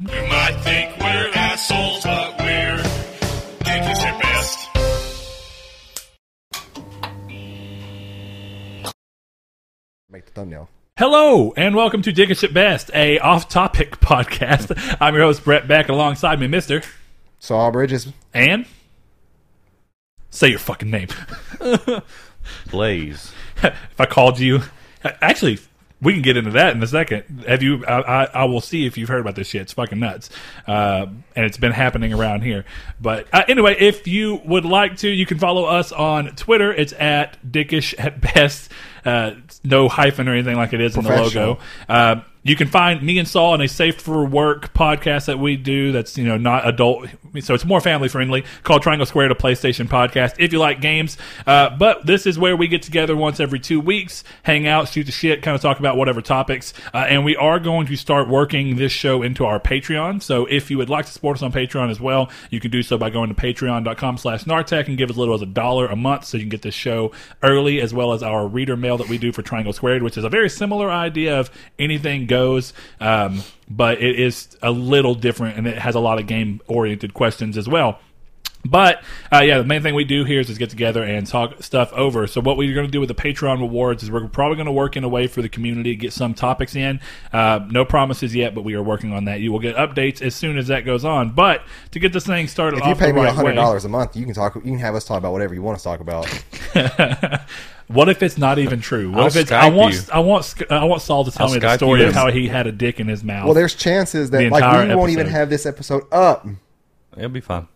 You might think we're assholes, but we're dickies at best. Make the thumbnail. Hello and welcome to Dickish at Best, a off-topic podcast. I'm your host Brett Beck, alongside me, Mister Saw Bridges. and say your fucking name. Blaze. if I called you, actually, we can get into that in a second. Have you? I, I, I will see if you've heard about this shit. It's fucking nuts, uh, and it's been happening around here. But uh, anyway, if you would like to, you can follow us on Twitter. It's at Dickish at best. Uh, no hyphen or anything like it is in the logo. Professional. Uh, you can find me and Saul on a Safe for Work podcast that we do. That's you know not adult, so it's more family friendly. Called Triangle Square to PlayStation podcast. If you like games, uh, but this is where we get together once every two weeks, hang out, shoot the shit, kind of talk about whatever topics. Uh, and we are going to start working this show into our Patreon. So if you would like to support us on Patreon as well, you can do so by going to Patreon.com/Nartech and give as little as a dollar a month, so you can get this show early, as well as our reader mail that we do for Triangle Squared, which is a very similar idea of anything goes, um, but it is a little different and it has a lot of game oriented questions as well. But uh, yeah, the main thing we do here is just get together and talk stuff over. So what we're going to do with the Patreon rewards is we're probably going to work in a way for the community to get some topics in. Uh, no promises yet, but we are working on that. You will get updates as soon as that goes on. But to get this thing started, If you off the pay me right hundred way- dollars a month, you can talk. You can have us talk about whatever you want us to talk about. What if it's not even true? What I'll if it's Skype I want you. I want Sk- I want Saul to tell I'll me the Skype story you of this. how he had a dick in his mouth. Well, there's chances The that like we entire won't even episode. have this episode up. It'll be fine.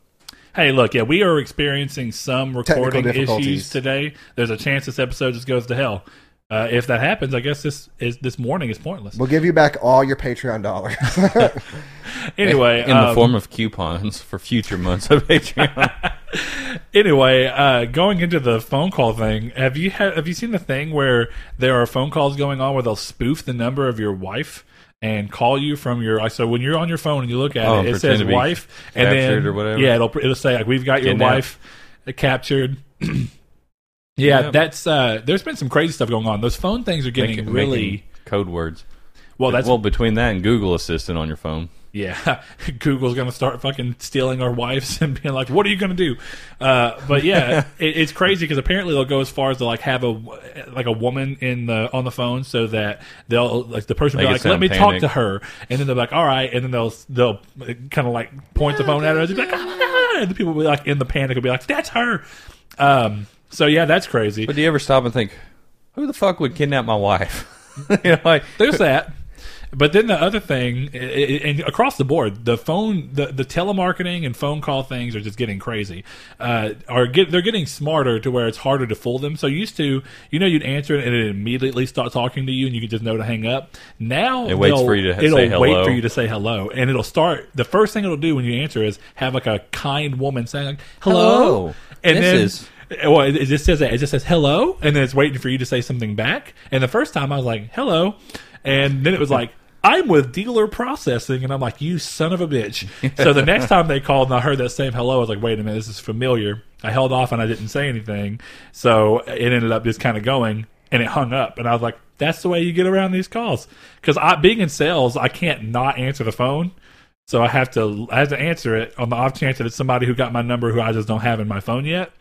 hey, look, yeah, we are experiencing some recording issues difficulties. today. There's a chance this episode just goes to hell. Uh, if that happens, I guess this is this morning is pointless. We'll give you back all your Patreon dollars. Anyway, In the um, form of coupons for future months of Patreon. anyway, uh, going into the phone call thing, have you ha- have you seen the thing where there are phone calls going on where they'll spoof the number of your wife and call you from your so when you're on your phone and you look at Oh, it, and it pretend says to be wife and then captured or whatever. yeah, it'll it'll say like we've got your Kidnapped. wife captured. yeah, Yep. that's uh, there's been some crazy stuff going on. Those phone things are getting Making- really making code words. well. That's well between that and Google Assistant on your phone. yeah, Google's gonna start fucking stealing our wives and being like, "What are you gonna do?" Uh, but yeah, it, it's crazy because apparently they'll go as far as to like have a like a woman in the on the phone so that they'll like the person will be Make like, it "Let sound me talk panicked. to her," and then they're like, "All right," and then they'll they'll kind of like point the phone at her and be like, "Ah!" and the people will be like in the panic will be like, "That's her." Um, so yeah, that's crazy. But do you ever stop and think, who the fuck would kidnap my wife? you know, like, There's that. But then the other thing, i- i- and across the board, the phone, the, the telemarketing and phone call things are just getting crazy. Uh, are get they're getting smarter to where it's harder to fool them. So used to, you know, you'd answer it and it immediately start talking to you, and you could just know to hang up. Now It waits they'll- for you to h- it'll say wait hello. for you to say hello, and it'll start. The first thing it'll do when you answer is have like a kind woman saying like, hello, Hello, and then. uh, Mrs.. Well, it it just says that. It just says hello, and then it's waiting for you to say something back. And the first time I was like, hello. And then it was like, I'm with dealer processing. And I'm like, you son of a bitch. so the next time they called and I heard that same hello, I was like, wait a minute, this is familiar. I held off and I didn't say anything. So it ended up just kind of going and it hung up. And I was like, that's the way you get around these calls. Because I, being in sales, I can't not answer the phone. So I have to I have to answer it on the off chance that it's somebody who got my number who I just don't have in my phone yet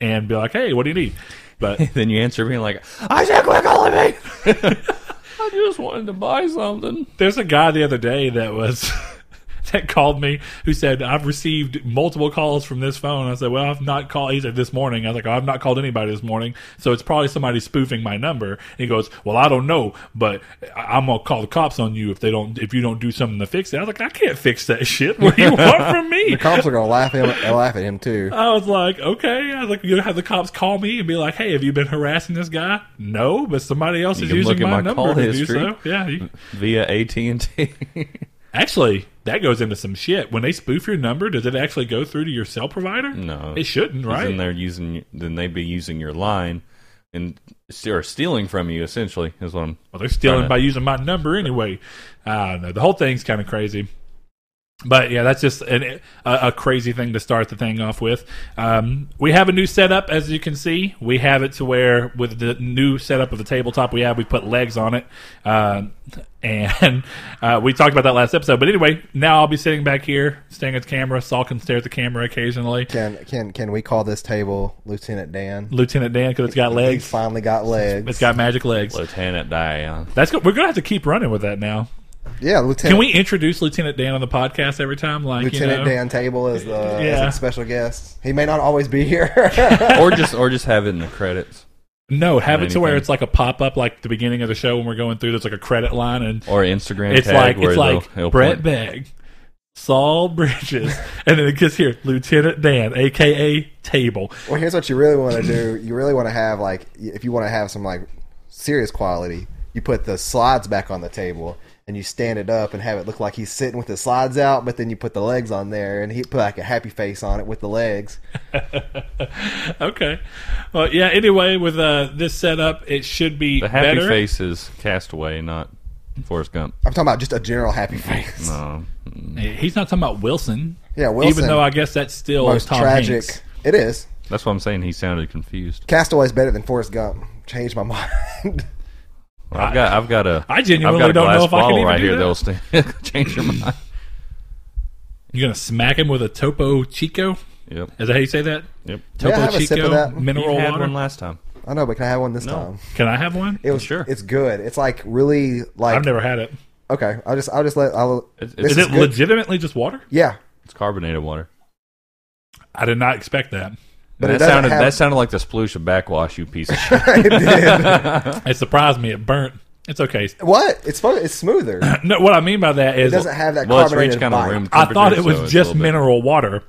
and be like, "Hey, what do you need?" But then you answer being like, Isaac, we're calling me. I just wanted to buy something. there's a guy the other day that was that called me who said, "I've received multiple calls from this phone." I said, "Well, I've not called." He said, "This morning." I was like, "I've not called anybody this morning, so it's probably somebody spoofing my number." And he goes, "Well, I don't know, but I- I'm gonna call the cops on you if they don't if you don't do something to fix it." I was like, "I can't fix that shit. What do you want from me?" the cops are gonna laugh at him. laugh at him too. I was like, okay. I was like, you have the cops call me and be like, hey, have you been harassing this guy? No, but somebody else You is can using look at my, my number call to history. do so. Yeah. you- Via AT&T. actually, that goes into some shit. When they spoof your number, does it actually go through to your cell provider? no. It shouldn't, Because right? Then they're using, then they'd be using your line and st- or stealing from you, essentially, is what I'm Well, they're stealing Darn it. Uh, by using my number anyway. I don't know. The whole thing's kind of crazy. But yeah, that's just an, a, a crazy thing to start the thing off with. Um, we have a new setup, as you can see. We have it to where with the new setup of the tabletop we have, we put legs on it, Um and uh, we talked about that last episode. But anyway, now I'll be sitting back here, staring at the camera. Saul can stare at the camera occasionally. Can can can we call this table Lieutenant Dan? Lieutenant Dan, because it's got He legs. finally got legs. It's got magic legs. Lieutenant Diane. That's good. We're gonna have to keep running with that now. yeah, Lieutenant. Can we introduce Lieutenant Dan on the podcast every time? Like Lieutenant you know? Dan Table is the as Yeah. a special guest. He may not always be here. or just or just have it in the credits No, have it to where anything. it's like a pop up, like the beginning of the show when we're going through. There's like a credit line, and or Instagram it's tag like where it's they'll, like they'll Brett point- Begg, Saul Bridges, and then it gets here Lieutenant Dan, aka Table. well, here's what you really want to do. You really want to have like y- if you want to have some like serious quality, you put the slides back on the table and you stand it up and have it look like he's sitting with the slides out, but then you put the legs on there and he put like a happy face on it with the legs. Okay, well, yeah. Anyway, with uh, this setup, it should be the happy better. face is Castaway, not Forrest Gump. I'm talking about just a general happy face. No. He's not talking about Wilson. Yeah, Wilson. Even though I guess that's still most Tom tragic. Hanks. It is. That's what I'm saying. He sounded confused. Castaway's better than Forrest Gump. Changed my mind. Well, I've got I've got a I genuinely have got a don't know glass if I can bottle even right do here that. that'll stay, change your mind. You're gonna smack him with a Topo Chico. Yep. Is that how you say that? Yep. Topo I have a Chico sip of that. mineral you had water. one last time. I know, but can I have one this time? Can I have one? It was Sure. It's good. It's like really like I've never had it. Okay, I'll just I'll just let I'll. It's- this it's- Is is it good. legitimately just water? Yeah, It's carbonated water. I did not expect that. But it that doesn't sounded have- that sounded like the sploosh of backwash, you piece of shit. it did. It surprised me. It burnt. It's okay. What? It's fun. It's smoother. It No, what I mean by that is doesn't have that well, it's carbonated reached kind of bite. room. I thought it was temperature, so it's a just little bit- mineral water,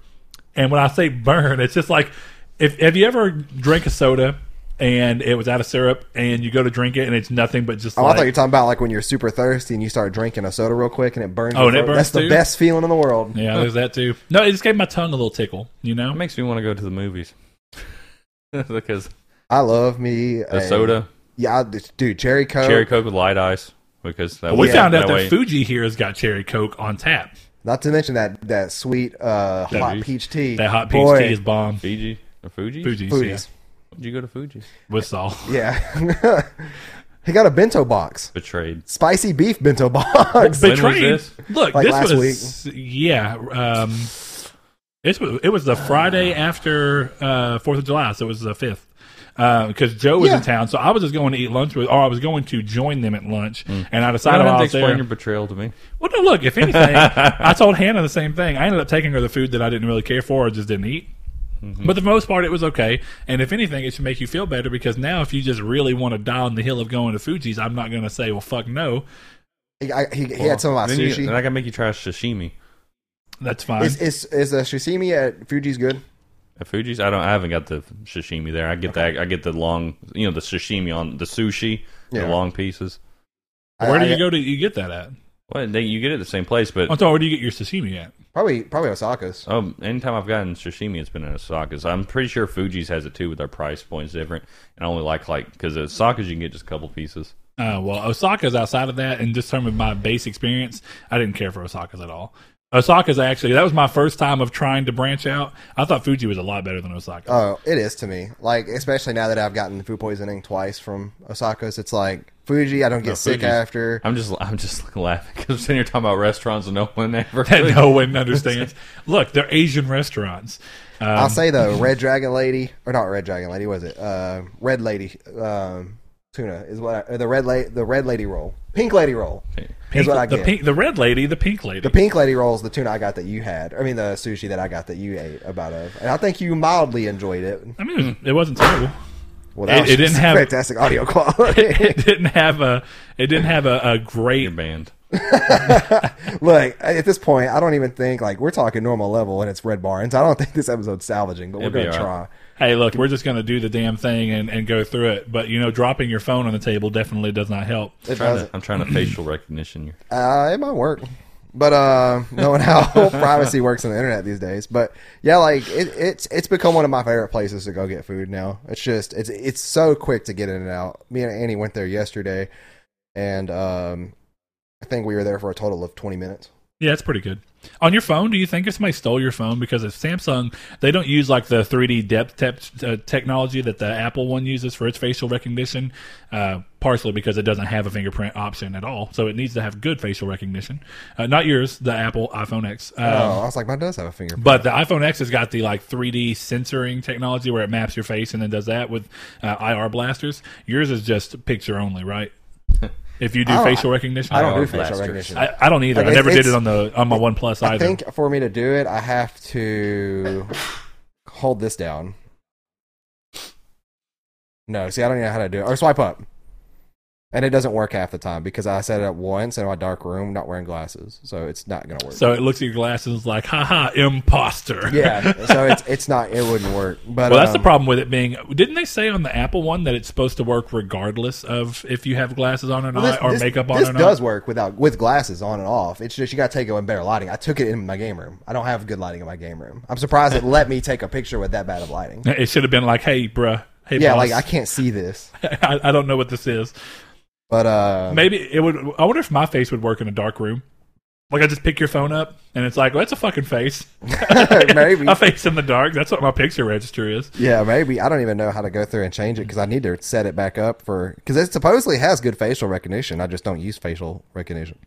and when I say burn, it's just like if have you ever drank a soda and it was out of syrup and you go to drink it and it's nothing but just Oh, I like thought you were talking about like when you're super thirsty and you start drinking a soda real quick and it burns. your Oh, and it throat. burns That's too? the best feeling in the world. yeah, there's that too. No, it just gave my tongue a little tickle. You know, It makes me want to go to the movies because I love me the soda, Yeah, I, dude, cherry coke. cherry coke with light ice. Because that we way- found out that way- Fuji here has got cherry coke on tap. Not to mention that that sweet uh, That hot peach- peach tea. That hot peach Boy, tea is bomb. Fiji or Fuji. Fuji's, Fuji's. Did you go to Fuji? yeah, with salt. Yeah. he got a bento box, Betrayed. spicy beef bento box. When was Betrayed. this? Look, Like this last was yeah. Um, it's it was Ah. the Friday after uh, Fourth of July, so it was the fifth. Because Joe was Yeah. in town, so I was just going to eat lunch with, or I was going to join them at lunch, and I Hmm. I decided don't while have I to was explain there. your betrayal to me. well, no, look, if anything, I told Hannah the same thing. I ended up taking her the food that I didn't really care for or just didn't eat. Mm-hmm. But for the most part, it was okay. And if anything, it should make you feel better because now, if you just really want to die on the hill of going to Fuji's, I'm not going to say, well, fuck no. He, I, he, he had some of my Then you- sushi. then I gotta make you try sashimi That's fine. Is is is the sashimi at Fuji's good? at Fuji's. I don't. I haven't got the sashimi there. I get the I get the long. You know the sashimi on the sushi. Yeah. The long pieces. Where I, do you I, go to? You get that at? Well, they, you get it at the same place, but I'm sorry. Where do you get your sashimi at? Probably probably Osaka's. Um, anytime I've gotten sashimi, it's been in Osaka's. I'm pretty sure Fuji's has it too, but their price point's different. And I only like like because at Osaka's you can get just a couple pieces. Uh, well, Osaka's outside of that, and just from my base experience, I didn't care for Osaka's at all. Osaka's actually that was my first time of trying to branch out. I thought Fuji was a lot better than Osaka. Oh, it is to me. Like especially now that I've gotten food poisoning twice from Osaka's, it's like Fuji. I don't get sick Fuji's- after. I'm just I'm just laughing because I'm sitting here talking about restaurants and no one ever. that no one understands. Look, they're Asian restaurants. I'll say though, Red Dragon Lady or not Red Dragon Lady was it? Uh, Red Lady um, tuna is what I, or the red la- the Red Lady roll, Pink Lady roll is Pink- what I the get. pink, the red lady, the pink lady. The Pink Lady rolls the tuna I got that you had. I mean the sushi that I got that you ate about of, and I think you mildly enjoyed it. I mean, it, was, it wasn't terrible. Well, It- that was it didn't just have- fantastic audio quality. It didn't have a. It didn't have a, a great. Your band. Look, at this point, I don't even think like we're talking normal level, and it's Red Barnes. I don't think this episode's salvaging, but we're It'd be uh, gonna all try. Hey, look, we're just going to do the damn thing and, and go through it. But you know, dropping your phone on the table definitely does not help. It Trying does. to, I'm trying to facial recognition you. Uh, it might work, but uh, knowing how privacy works on the internet these days, but yeah, like it, it's it's become one of my favorite places to go get food now. It's just it's it's so quick to get in and out. Me and Annie went there yesterday, and um, I think we were there for a total of twenty minutes. Yeah, it's pretty good. On your phone, do you think if somebody stole your phone because if Samsung, they don't use like the 3D depth te- uh, technology that the Apple one uses for its facial recognition, uh, partially because it doesn't have a fingerprint option at all. So it needs to have good facial recognition. Uh, not yours, the Apple iPhone X. Um, Uh, Oh, I was like, mine does have a fingerprint. but the iPhone X has got the like 3D censoring technology where it maps your face and then does that with uh, IR blasters. Yours is just picture only, right? if you do I don't- facial recognition, I don't do IR facial blasters. recognition. I, I don't either. Like, I it- never did it's- it on the on my One Plus I either. think for me to do it, I have to hold this down. No, see, I don't even know how to do it. Or swipe up. And it doesn't work half the time because I set it up once in my dark room, not wearing glasses. So it's not going to work. so it looks at your glasses and is like, haha, imposter. yeah. So it's it's not, it wouldn't work. But Well, that's the um, problem with it being. Didn't they say on the Apple one that it's supposed to work regardless of if you have glasses on or not, Well, or makeup on this or not? does work without with glasses on and off. It's just you got to take it in better lighting. I took it in my game room. I don't have good lighting in my game room. I'm surprised it let me take a picture with that bad of lighting. It should have been like, hey, bruh, hey, Yeah, boss, like I can't see this. I, I don't know what this is. But uh, Maybe it would. I wonder if my face would work in a dark room. Like I just pick your phone up and it's like, well, that's a fucking face. maybe. a face in the dark. That's what my picture register is. Yeah, maybe. I don't even know how to go through and change it because I need to set it back up for because it supposedly has good facial recognition. I just don't use facial recognition.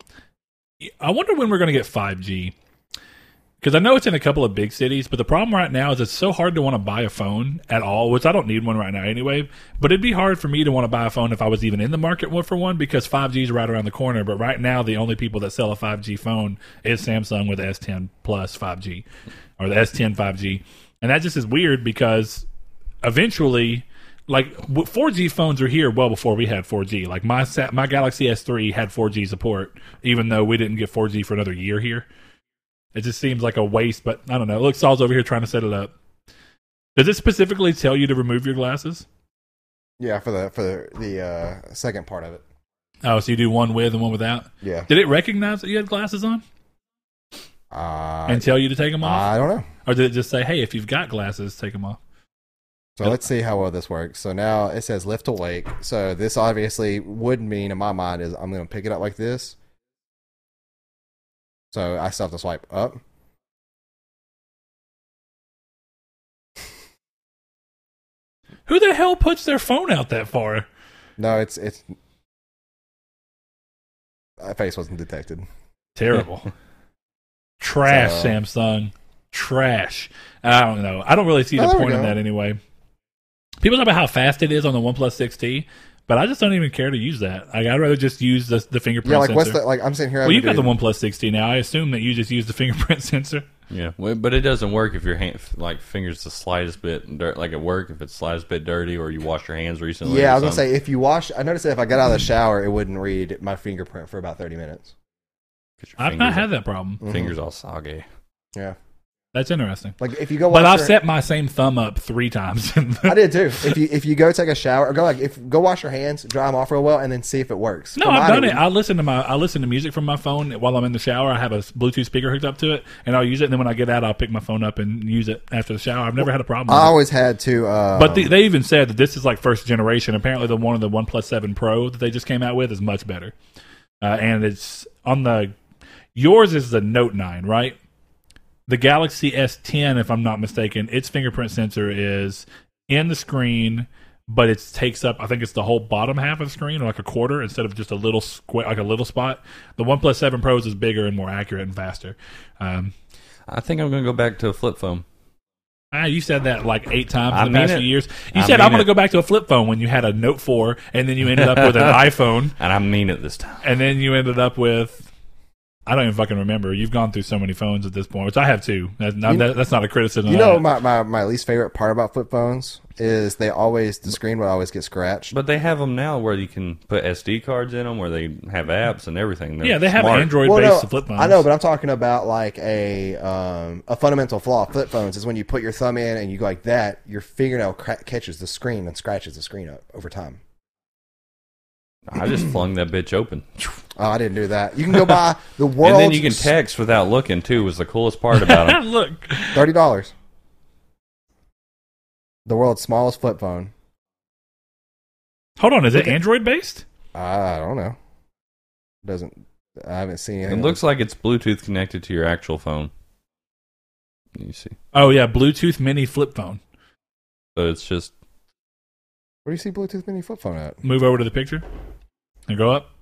I wonder when we're going to get 5G. Because I know it's in a couple of big cities, but the problem right now is it's so hard to want to buy a phone at all, which I don't need one right now anyway. But it'd be hard for me to want to buy a phone if I was even in the market one- for one because 5G is right around the corner. But right now, the only people that sell a 5G phone is Samsung with the S10 Plus 5G or the S10 5G. And that just is weird because eventually like w- 4G phones are here well before we had 4G. Like my sa- my Galaxy S3 had 4G support even though we didn't get 4G for another year here. It just seems like a waste, but I don't know. Look, Saul's over here trying to set it up. Does it specifically tell you to remove your glasses? Yeah, for the for the, the uh, second part of it. Oh, so you do one with and one without. Yeah, Did it recognize that you had glasses on uh, and tell you to take them off, I don't know. or did it just say, "Hey, if you've got glasses, take them off"? So let's see how well this works. So now it says lift awake. So this obviously would mean in my mind is I'm going to pick it up like this. So I still have to swipe up. Who the hell puts their phone out that far? No, it's it's. My face wasn't detected. Terrible. Trash, So- uh, Samsung. Trash. I don't know. I don't really see Oh, the there we point in go. that anyway. People talk about how fast it is on the OnePlus 6T, but I just don't even care to use that. Like, I'd rather just use the, the fingerprint Yeah, like sensor. what's the like? I'm sitting here. well, having you've to do- got the OnePlus 6T now. I assume that you just use the fingerprint sensor. Yeah, well, but it doesn't work if your hand, like fingers the slightest bit dirt. Like at work, if it's slightest bit dirty or you wash your hands recently. Yeah, or I was gonna something, say if you wash, I noticed that if I got out of the shower, it wouldn't read my fingerprint for about thirty minutes. 'cause your I've not had fingers- that problem. Mhm. Fingers all soggy. Yeah, That's interesting. like if you go, But wash I've your- set my same thumb up three times. I did too. If you if you go take a shower, or go like if go wash your hands, dry them off real well, and then see if it works. No, For I've mine, done it. wouldn't. I listen to my I listen to music from my phone while I'm in the shower. I have a Bluetooth speaker hooked up to it, and I'll use it. And then when I get out, I'll pick my phone up and use it after the shower. I've never had a problem. I With it. always had to. Uh, But the, they even said that this is like first generation. Apparently, the one of the One Plus Seven Pro that they just came out with is much better, uh, and it's on the yours is the Note Nine, right? The Galaxy S10, if I'm not mistaken, its fingerprint sensor is in the screen, but it takes up I think it's the whole bottom half of the screen, or like a quarter, instead of just a little square, like a little spot. The One Plus Seven Pros is bigger and more accurate and faster. Um, I think I'm gonna go back to a flip phone. Ah, you said that like eight times I in the past mean few it. years. You I said I'm mean going to go it. back to a flip phone when you had a Note 4, and then you ended up with an iPhone, And I mean it this time. and then you ended up with I don't even fucking remember. You've gone through so many phones at this point, which I have too. That's not, You- that, that's not a criticism. you of know that. my, my my least favorite part about flip phones is they always the screen would always get scratched. But they have them now where you can put SD cards in them, where they have apps and everything. They're yeah, they have smart. Android Well, based no, flip phones. I know, but I'm talking about like a um, a fundamental flaw of flip phones is when you put your thumb in and you go like that, your fingernail cra- catches the screen and scratches the screen up over time. I just flung that bitch open, Oh, I didn't do that. You can go buy the world. and then you can text without looking too. Was the coolest part about them. Look, thirty dollars. The world's smallest flip phone. hold on. Is it Okay. Android based? I don't know. Doesn't I haven't seen It anything. looks like it's Bluetooth connected to your actual phone. You see, Oh yeah, Bluetooth mini flip phone. so it's just Where do you see Bluetooth mini flip phone at? Move over to the picture and go up.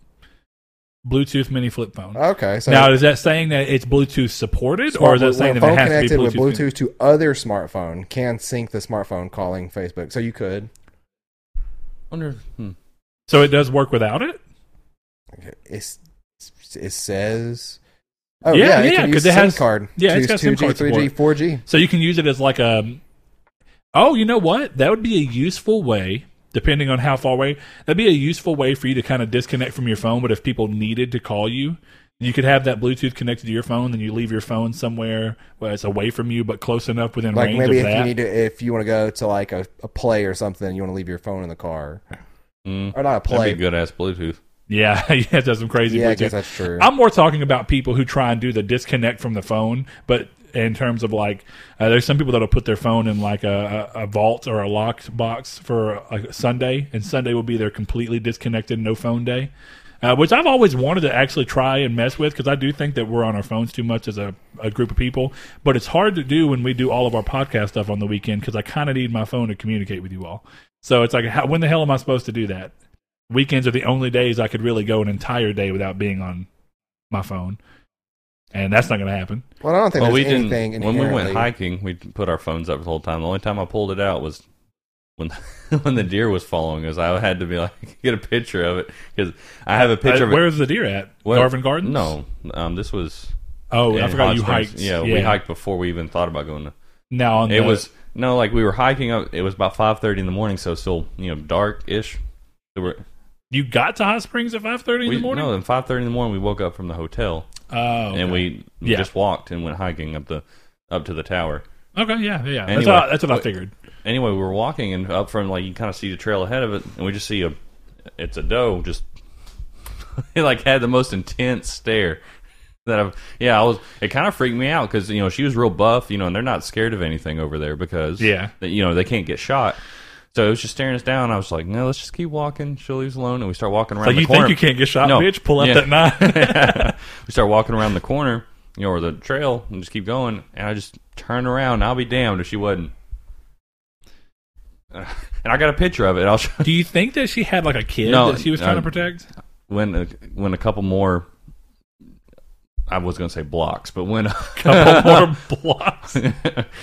Bluetooth mini flip phone. Okay, so now is that saying that it's Bluetooth supported, smart- or is that when saying a that phone it has to connected be Bluetooth? with Bluetooth to other smartphone can sync the smartphone calling Facebook. So you could. wonder. Hmm. So it does work without it. It's, it says. Oh Yeah, yeah, yeah, it can 'cause use it SIM has- card. yeah, it's Choose got SIM card 2G, 3G, 4G. So you can use it as like a. Oh, you know what? That would be a useful way, depending on how far away. That'd be a useful way for you to kind of disconnect from your phone. But if people needed to call you, you could have that Bluetooth connected to your phone. Then you leave your phone somewhere where it's away from you, but close enough within Like range maybe of if that. you need to, if you want to go to like a, a play or something, you want to leave your phone in the car Mm. or not a That'd play. be good ass Bluetooth. yeah, you have to have some crazy Yeah, I Bluetooth. guess that's true. I'm more talking about people who try and do the disconnect from the phone, but in terms of like, uh, there's some people that'll put their phone in like a, a, a vault or a locked box for a Sunday, and Sunday will be their completely disconnected, no phone day. Uh, which I've always wanted to actually try and mess with because I do think that we're on our phones too much as a, a group of people. But it's hard to do when we do all of our podcast stuff on the weekend because I kind of need my phone to communicate with you all. So it's like, how, when the hell am I supposed to do that? Weekends are the only days I could really go an entire day without being on my phone, and that's not going to happen. well, I don't think Well, we there's didn't. anything When we went inherently- hiking, we put our phones up the whole time. The only time I pulled it out was when when the deer was following us. I had to be like get a picture of it because I have a picture Uh, of it. where's the deer at? Well, Garvin Gardens? No, um, this was. Oh, I in forgot Hot you Springs. hiked. Yeah, we hiked before we even thought about going. To, Now on it the, was no, like we were hiking up. It was about five thirty in the morning, so it's still you know dark ish. So we're- you got to Hot Springs at five thirty in we- the morning. No, at five thirty in the morning we woke up from the hotel oh, okay. and we we Yeah. just walked and went hiking up the up to the tower. okay, yeah, yeah. Anyway, that's, what, that's what I wait. figured. Anyway, we were walking and up from like you kind of see the trail ahead of it, and we just see a it's a doe just it like had the most intense stare that I've yeah I was it kind of freaked me out because you know she was real buff you know and they're not scared of anything over there because Yeah. they- you know they can't get shot. So it was just staring us down. I was like, "No, let's just keep walking. She'll leave us alone." And we start walking around. Like the you corner. think you can't get shot, No. bitch? Pull up Yeah. that knife. we start walking around the corner, you know, or the trail, and just keep going. And I just turn around. and I'll be damned if she wasn't. And I got a picture of it. I'll show Do you think that she had like a kid No, that she was trying no. to protect? when a, when a couple more. I was going to say blocks, but went Couple more blocks.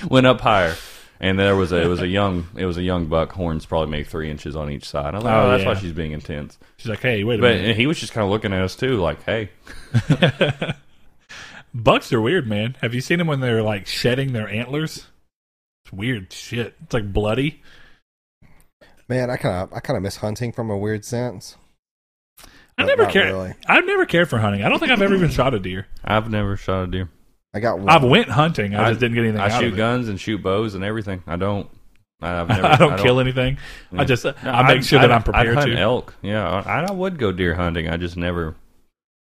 went up higher, and there was a it was a young it was a young buck horns probably maybe three inches on each side. I was like, Oh, oh, that's yeah. why she's being intense. She's like, hey, wait a But minute. and he was just kind of looking at us too, like, hey, Bucks are weird, man. Have you seen them when they're like shedding their antlers? It's weird shit. It's like bloody. Man, I kind of I kind of miss hunting from a weird sense. I Not- never not cared. really. I've never cared for hunting. I don't think I've ever even shot a deer. I've never shot a deer. I got one. I've went hunting. I, just didn't get anything I out shoot of it. guns and shoot bows and everything. I don't. I've never, I, don't kill anything. I Yeah. just No, I make I'd- sure that I'd- I'm prepared I'd hunt to. elk. Yeah, I, I would go deer hunting. I just never.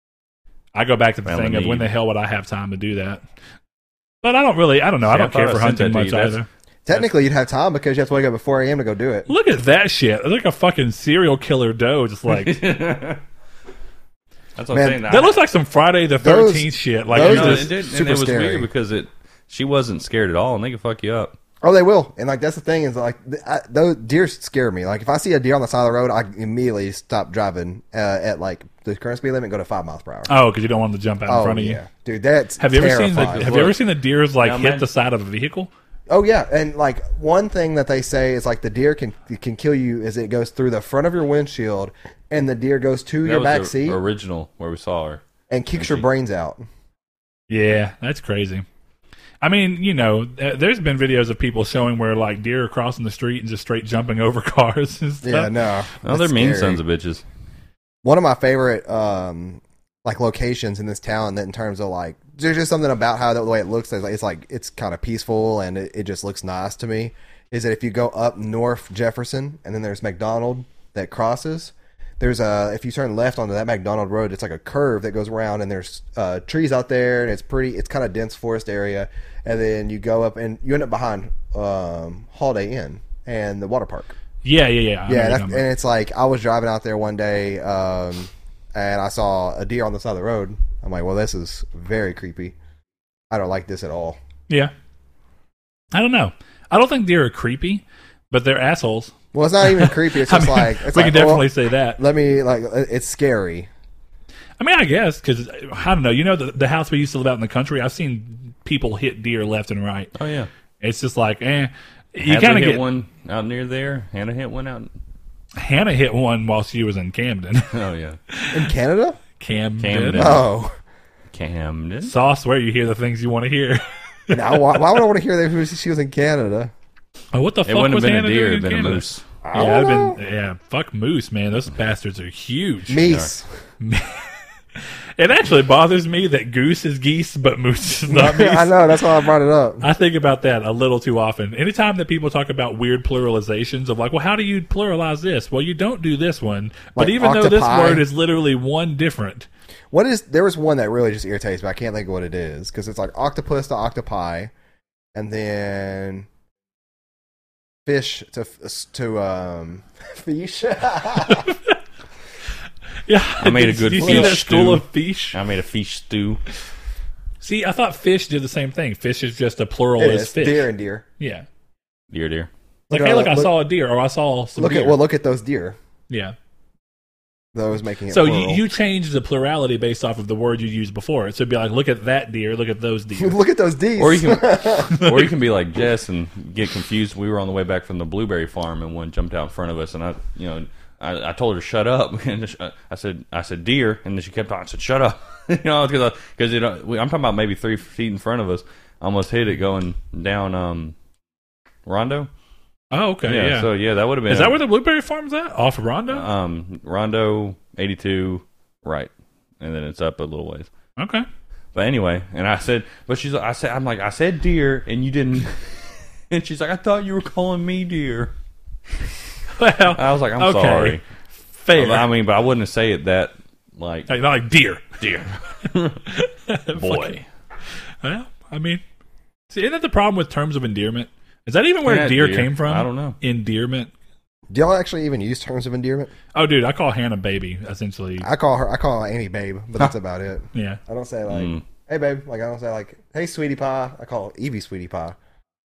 I go back to the Found the thing of when need. the hell would I have time to do that? But I don't really. I don't know. I See, I don't care thought for I sent hunting that much to you. That's- either. Technically, you'd have time because you have to wake up at 4 a.m. to go do it. Look at that shit. It's like a fucking serial killer doe. Just like That's Man, what I'm saying. I- that looks like some Friday the Those- Thirteenth shit. Like those you No, just- it did, and super it was scary. weird because it she wasn't scared at all, and they could fuck you up. Oh, they will. And like that's the thing is like th- I, those deer scare me. Like if I see a deer on the side of the road, I immediately stop driving uh, at like the current speed limit and go to five miles per hour. oh, because you don't want them to jump out in front of you. dude, that's Have you ever seen the terrifying. Have you ever seen the deers like Now, hit man- the side of a vehicle? Oh yeah, and like one thing that they say is like the deer can can kill you is it goes through the front of your windshield and the deer goes to That your was back the seat original where we saw her. and kicks your brains out. Yeah, that's crazy. I mean, you know, th- there's been videos of people showing where like deer are crossing the street and just straight jumping over cars and stuff. Yeah, no, Oh, they're that's mean scary. sons of bitches. one of my favorite um like locations in this town that in terms of like there's just something about how the way it looks it's like it's, like, it's kind of peaceful and it, it just looks nice to me is that if you go up north jefferson and then there's mcdonald that crosses there's a if you turn left onto that mcdonald road it's like a curve that goes around and there's uh, trees out there and it's pretty it's kind of dense forest area and then you go up and you end up behind um, holiday inn and the water park yeah, yeah, yeah. I know what you're yeah, that's, talking and about. it's like I was driving out there one day. Um, and I saw a deer on the side of the road. I'm like, well, this is very creepy. I don't like this at all. Yeah. I don't know. I don't think deer are creepy, but they're assholes. Well, it's not even creepy. It's I just mean, like it's we like, can definitely well, say that. let me like it's scary. I mean, I guess because I don't know. You know, the, the house we used to live out in the country. I've seen people hit deer left and right. Oh yeah. It's just like, eh. You You kind Hannah of hit get one out near there. Hannah hit one out. Hannah hit one while she was in Camden. Oh yeah, In Canada? Camden. Camden. Oh. Camden. Sauce, where you hear the things you want to hear. Now, why, why would I want to hear that if she was in Canada? Oh, what the It fuck wouldn't have was been Hannah a deer. doing It'd in been a Camden? moose. I Yeah, don't I've been yeah. Fuck moose, man. Those bastards are huge. Meese. It actually bothers me that goose is geese, but moose is not meese. I know. That's why I brought it up. I think about that a little too often. Anytime that people talk about weird pluralizations of like, well, how do you pluralize this? Well, you don't do this one. but Like even though this octopi? word is literally one different, What is there was one that really just irritates me. I can't think of what it is because it's like octopus to octopi, and then fish to to um fish. yeah, I made a did good you see that fish school stew. of fish? I made a fish stew. See, I thought fish did the same thing. Fish is just a plural It as is fish. deer and deer. Yeah, Deer, deer. like Look, hey, uh, look, I look- saw a deer or I saw some Look deer. at well, look at those deer. yeah. Those making it. So you, plural. you change the plurality based off of the word you used before. So it'd be like, look at that deer, look at those deer. look at those deer. Or you can, or you can be like Jess and get confused. We were on the way back from the blueberry farm, and one jumped out in front of us, and I, you know, I, I told her shut up, and sh- uh, I said, I said deer, and then she kept on. I said shut up, you know, because because you know, uh, we- I'm talking about maybe three feet in front of us, I almost hit it going down um Rondo. Oh, okay, yeah. So yeah, that would have been is that where the blueberry farm's at? Off of Rondo? um Rondo 82 right, and then it's up a little ways. okay. But anyway, and I said, but she's, I said, I'm like, I said deer, and you didn't. and she's like, I thought you were calling me deer. Well, I was like, I'm okay. sorry. Fair. I mean, but I wouldn't say it that like Like, not like deer, deer. boy. well, I mean, see, isn't that the problem with terms of endearment? Is that even where Yeah, deer, deer. came from? I don't know. Endearment. Do y'all actually even use terms of endearment? Oh, dude, I call Hannah baby. Essentially, I call her. I call Annie babe, but that's about it. yeah. I don't say like, Mm. hey babe. Like I don't say like, hey sweetie pie. I call Evie sweetie pie.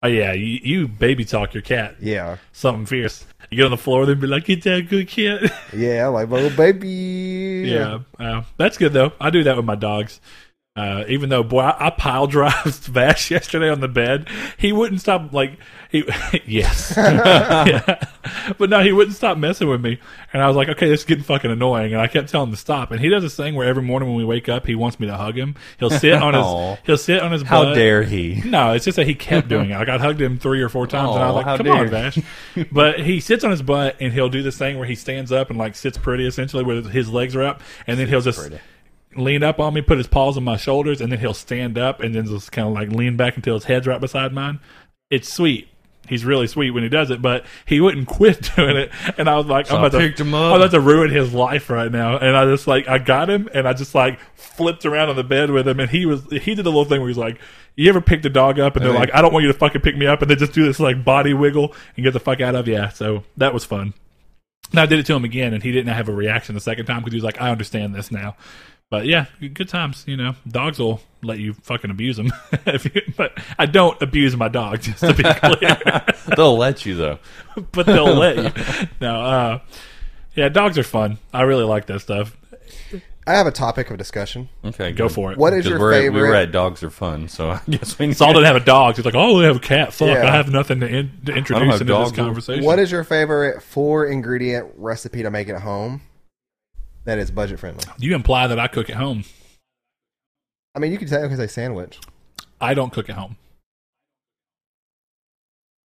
Oh, yeah. You, you baby talk your cat Yeah, something fierce. You get on the floor, then be like, "Get that good kid." yeah. Like little baby. yeah, uh, that's good though. I do that with my dogs. Uh, even though, boy, I, I pile drives Vash yesterday on the bed. He wouldn't stop. Like he, yes, Yeah. but no, he wouldn't stop messing with me. And I was like, okay, this is getting fucking annoying. And I kept telling him to stop. And he does this thing where every morning when we wake up, he wants me to hug him. He'll sit on Aw. his. he'll sit on his. How butt. dare he? No, it's just that he kept doing it. Like I'd hugged him three or four times, and I Aw, was Oh, how like, "Come dare on, you." Vash!" but he sits on his butt and he'll do this thing where he stands up and like sits pretty, essentially, where his legs are up, and then he'll just lean up on me, put his paws on my shoulders, and then he'll stand up and then just kind of like lean back until his head's right beside mine. It's sweet. He's really sweet when he does it, but he wouldn't quit doing it. And I was like, I I'm, about picked to, him up. I'm about to ruin his life right now. And I just like, I got him and I just like flipped around on the bed with him. And he was, he did a little thing where he's like, you ever pick the dog up and they're like, I don't want you to fucking pick me up. And they just do this like body wiggle and get the fuck out of. Yeah. So that was fun. And I did it to him again, and he didn't have a reaction the second time because he was like, "I understand this now." But yeah, good times. You know, dogs will let you fucking abuse them. if you, but I don't abuse my dog, just to be clear. They'll let you though. but they'll let you. No, uh, yeah, dogs are fun. I really like that stuff. I have a topic of discussion. Okay, Go good. for it. What is 'Cause your we're at- we were favorite? at dogs are fun, so I guess we need Saul didn't have a dog. He's like, "Oh, we have a cat. Fuck, Yeah. I have nothing to, in, to introduce have into this dogs. conversation." What is your favorite four ingredient recipe to make at home that is budget friendly? you imply that I cook at home? I mean, you can technically say sandwich. I don't cook at home.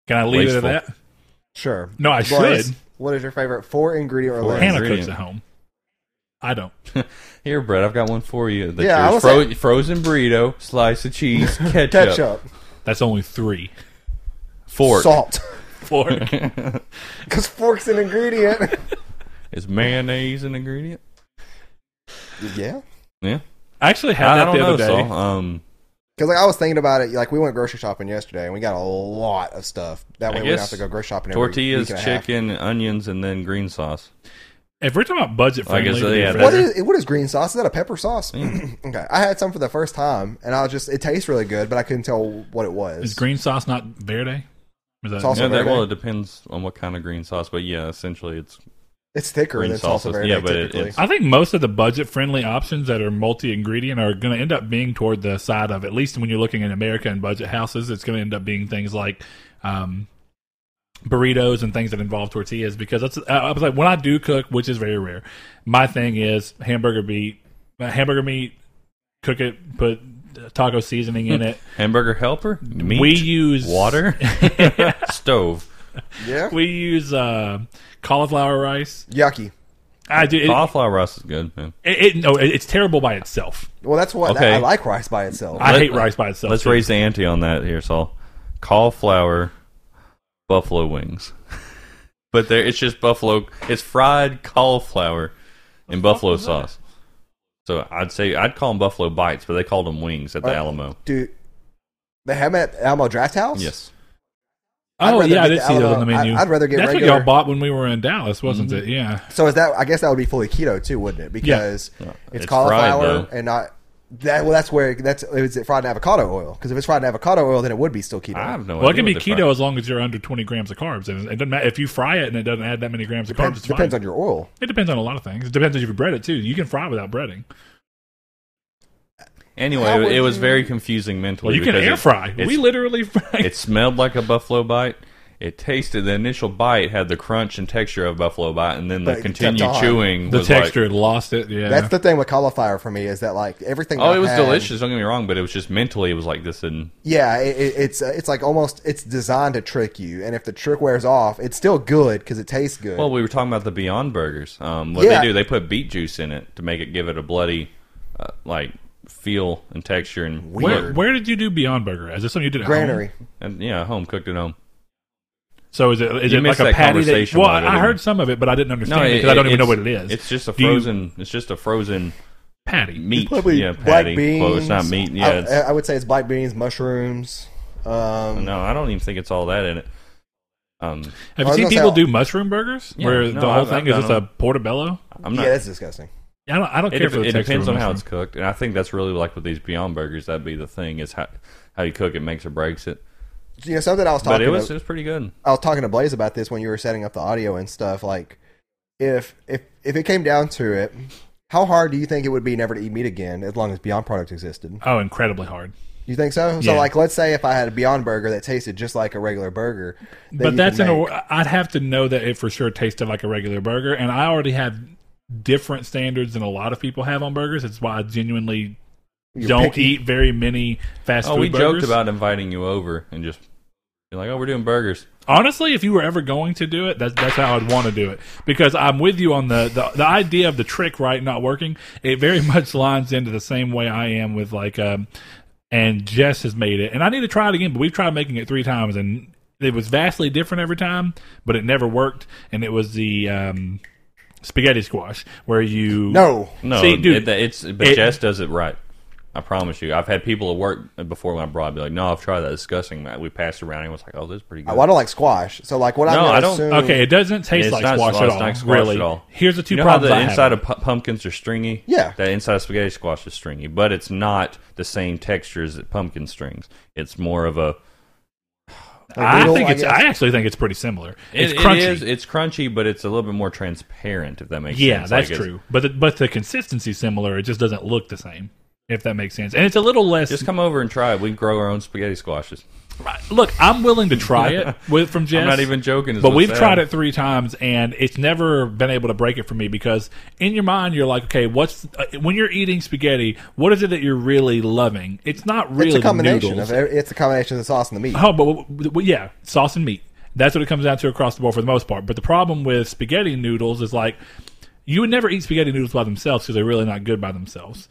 Can I leave it Wasteful. at that? Sure. No, I Blaze, should. What is your favorite four ingredient Four related? Hannah cooks ingredient. at home. I don't. Here, Brett, I've got one for you. That's Yeah, I yours. was Fro- frozen burrito, slice of cheese, ketchup, Ketchup, That's only three. fork. salt, Four. because fork's an ingredient. Is mayonnaise an ingredient? yeah. Yeah. I actually had I, I that don't the know. other So, day. um, Because like I was thinking about it, like we went grocery shopping yesterday and we got a lot of stuff. That way we don't guess have to go grocery shopping. every tortillas, week and a half. chicken, onions, and then green sauce. If we're talking about budget I friendly, guess, uh, it'd be yeah, friendly. that- What is what is green sauce? Is that a pepper sauce? Mm. okay, I had some for the first time, and I was just it tastes really good, but I couldn't tell what it was. is green sauce not verde? Is that, It's also- Yeah, that, verde. well, it depends on what kind of green sauce, but yeah, essentially it's It's thicker Green than sauce salsa is- verde. yeah, but it- typically. it's- I think most of the budget friendly options that are multi ingredient are going to end up being toward the side of, at least when you're looking in America and budget houses, it's going to end up being things like um, burritos and things that involve tortillas. Because that's, I, I was like, when I do cook, which is very rare, my thing is hamburger meat, uh, hamburger meat, cook it, put taco seasoning in it. hamburger helper, Hmm. meat, we use water, stove, yeah, We use uh, cauliflower rice. yucky. I do. It, cauliflower rice is good, man. it, it- no, it- it's terrible by itself. Well, that's what Okay. I like rice by itself. I Let- hate rice by itself. Let's too. raise the ante on that here, Saul. Cauliflower, buffalo wings, but there it's just buffalo. It's fried cauliflower and buffalo sauce. So I'd say I'd call them buffalo bites, but they called them wings at the Uh, Alamo. Dude, they have 'em at Alamo Draft House. Yes, I'd Oh rather yeah, get I did the see those on the Alamo. menu. I- I'd rather get That's regular- Mm-hmm. what y'all bought when we were in Dallas, wasn't it? Yeah. So is that? I guess that would be fully keto too, wouldn't it? Because Yeah. it's, It's cauliflower fried, though. and not that. Well, that's where that's is it fried in avocado oil? Because if it's fried in avocado oil, then it would be still keto. Oh, I have no. Well, it idea can what be they keto fry. as long as you're under 20 grams of carbs, and it doesn't matter if you fry it and it doesn't add that many grams of carbs. depends, It's depends fine. on your oil. It depends on a lot of things. It depends on if you bread it too. You can fry without breading. How would Anyway, it was you- very confusing mentally. Well, you can because air it- fry. it's- We literally fry. It smelled like a buffalo bite. It tasted the initial bite had the crunch and texture of buffalo bite, and then But the it continued kept on. chewing. the was like- texture lost it. Yeah. That's the thing with cauliflower for me is that like everything. oh, I've it was had- delicious. Don't get me wrong, but it was just mentally, it was like this. And Yeah, it, it, it's uh, it's like almost it's designed to trick you, and if the trick wears off, it's still good because it tastes good. well, we were talking about the Beyond Burgers. Um, what Yeah. they do, they put beet juice in it to make it give it a bloody, uh, like feel and texture and where, look. where did you do Beyond Burger? Is this something you did at home? Granary. And yeah, home cooked at home. So is it is You it like missed a that patty? That, conversation well, with it, I didn't heard you? some of it, but I didn't understand it- it because I don't it- even know what it it's- is. It's just a Do you- frozen. It's just a frozen patty. meat. Probably Yeah, black patty. beans. uh, Well, it's not meat. Yeah, I- it's- I, would say it's black beans, mushrooms. Um, No, I don't even think it's all that in it. Um, Oh, I Have you was seen gonna say, people I'll- do mushroom burgers Yeah, where no, the whole I've- thing I've is done just them. a portobello? I'm not. yeah, that's disgusting. I don't. I don't it care dep- for the it texture depends of on how mushroom. it's cooked, and I think that's really like with these Beyond Burgers. That'd be the thing is how how you cook it makes or breaks it. You know something I was But talking. it was to- it was pretty good. I was talking to Blaze about this when you were setting up the audio and stuff. Like, if if if it came down to it, how hard do you think it would be never to eat meat again as long as Beyond product existed? Oh, incredibly hard. You think so? So, Yeah. like, let's say if I had a Beyond burger that tasted just like a regular burger, that you But that's can in a. make- wor- I'd have to know that it for sure tasted like a regular burger, and I already have different standards than a lot of people have on burgers. It's why I genuinely you're don't picky. eat very many fast Oh, food we burgers. joked about inviting you over and just you're like, oh, we're doing burgers. Honestly, if you were ever going to do it, that's that's how I'd want to do it because I'm with you on the, the the idea of the trick right not working. It very much lines into the same way I am with like um and Jess has made it, and I need to try it again. But we've tried making it three times, and it was vastly different every time, but it never worked. And it was the um spaghetti squash where you No, No, See, dude, it, it's but it- Jess does it right. I promise you. I've had people at work before when I brought, be like, no, I've tried that. Disgusting. We passed around and it was like, oh, this is pretty good. well, I don't like squash. So, like, what I'm No, gonna I don't- assume, Okay, it doesn't taste It's like not- squash well, at it's all. not squash really, at all. here's the two you know how problems the I have. inside of pu- pumpkins are stringy? Yeah. The inside of spaghetti squash is stringy, but it's not the same texture as pumpkin strings. It's more of a. like, I noodle, think it's. guess. I actually think it's pretty similar. It's it- crunchy. It is, it's crunchy, but it's a little bit more transparent, if that makes Yeah, sense. that's Like, it's- true. But the, but the consistency's similar. It just doesn't look the same. If that makes sense, and it's a little less. Just come over and try it. We can grow our own spaghetti squashes. look, I'm willing to try it with from Jess. I'm not even joking. is But what's we've sad. tried it three times, and it's never been able to break it for me because in your mind you're like, okay, what's uh, when you're eating spaghetti? What is it that you're really loving? It's not really it's a the combination noodles. of ev- it's a combination of the sauce and the meat. Oh, but w- w- w- yeah, sauce and meat. That's what it comes down to across the board for the most part. But the problem with spaghetti noodles is like you would never eat spaghetti noodles by themselves because they're really not good by themselves.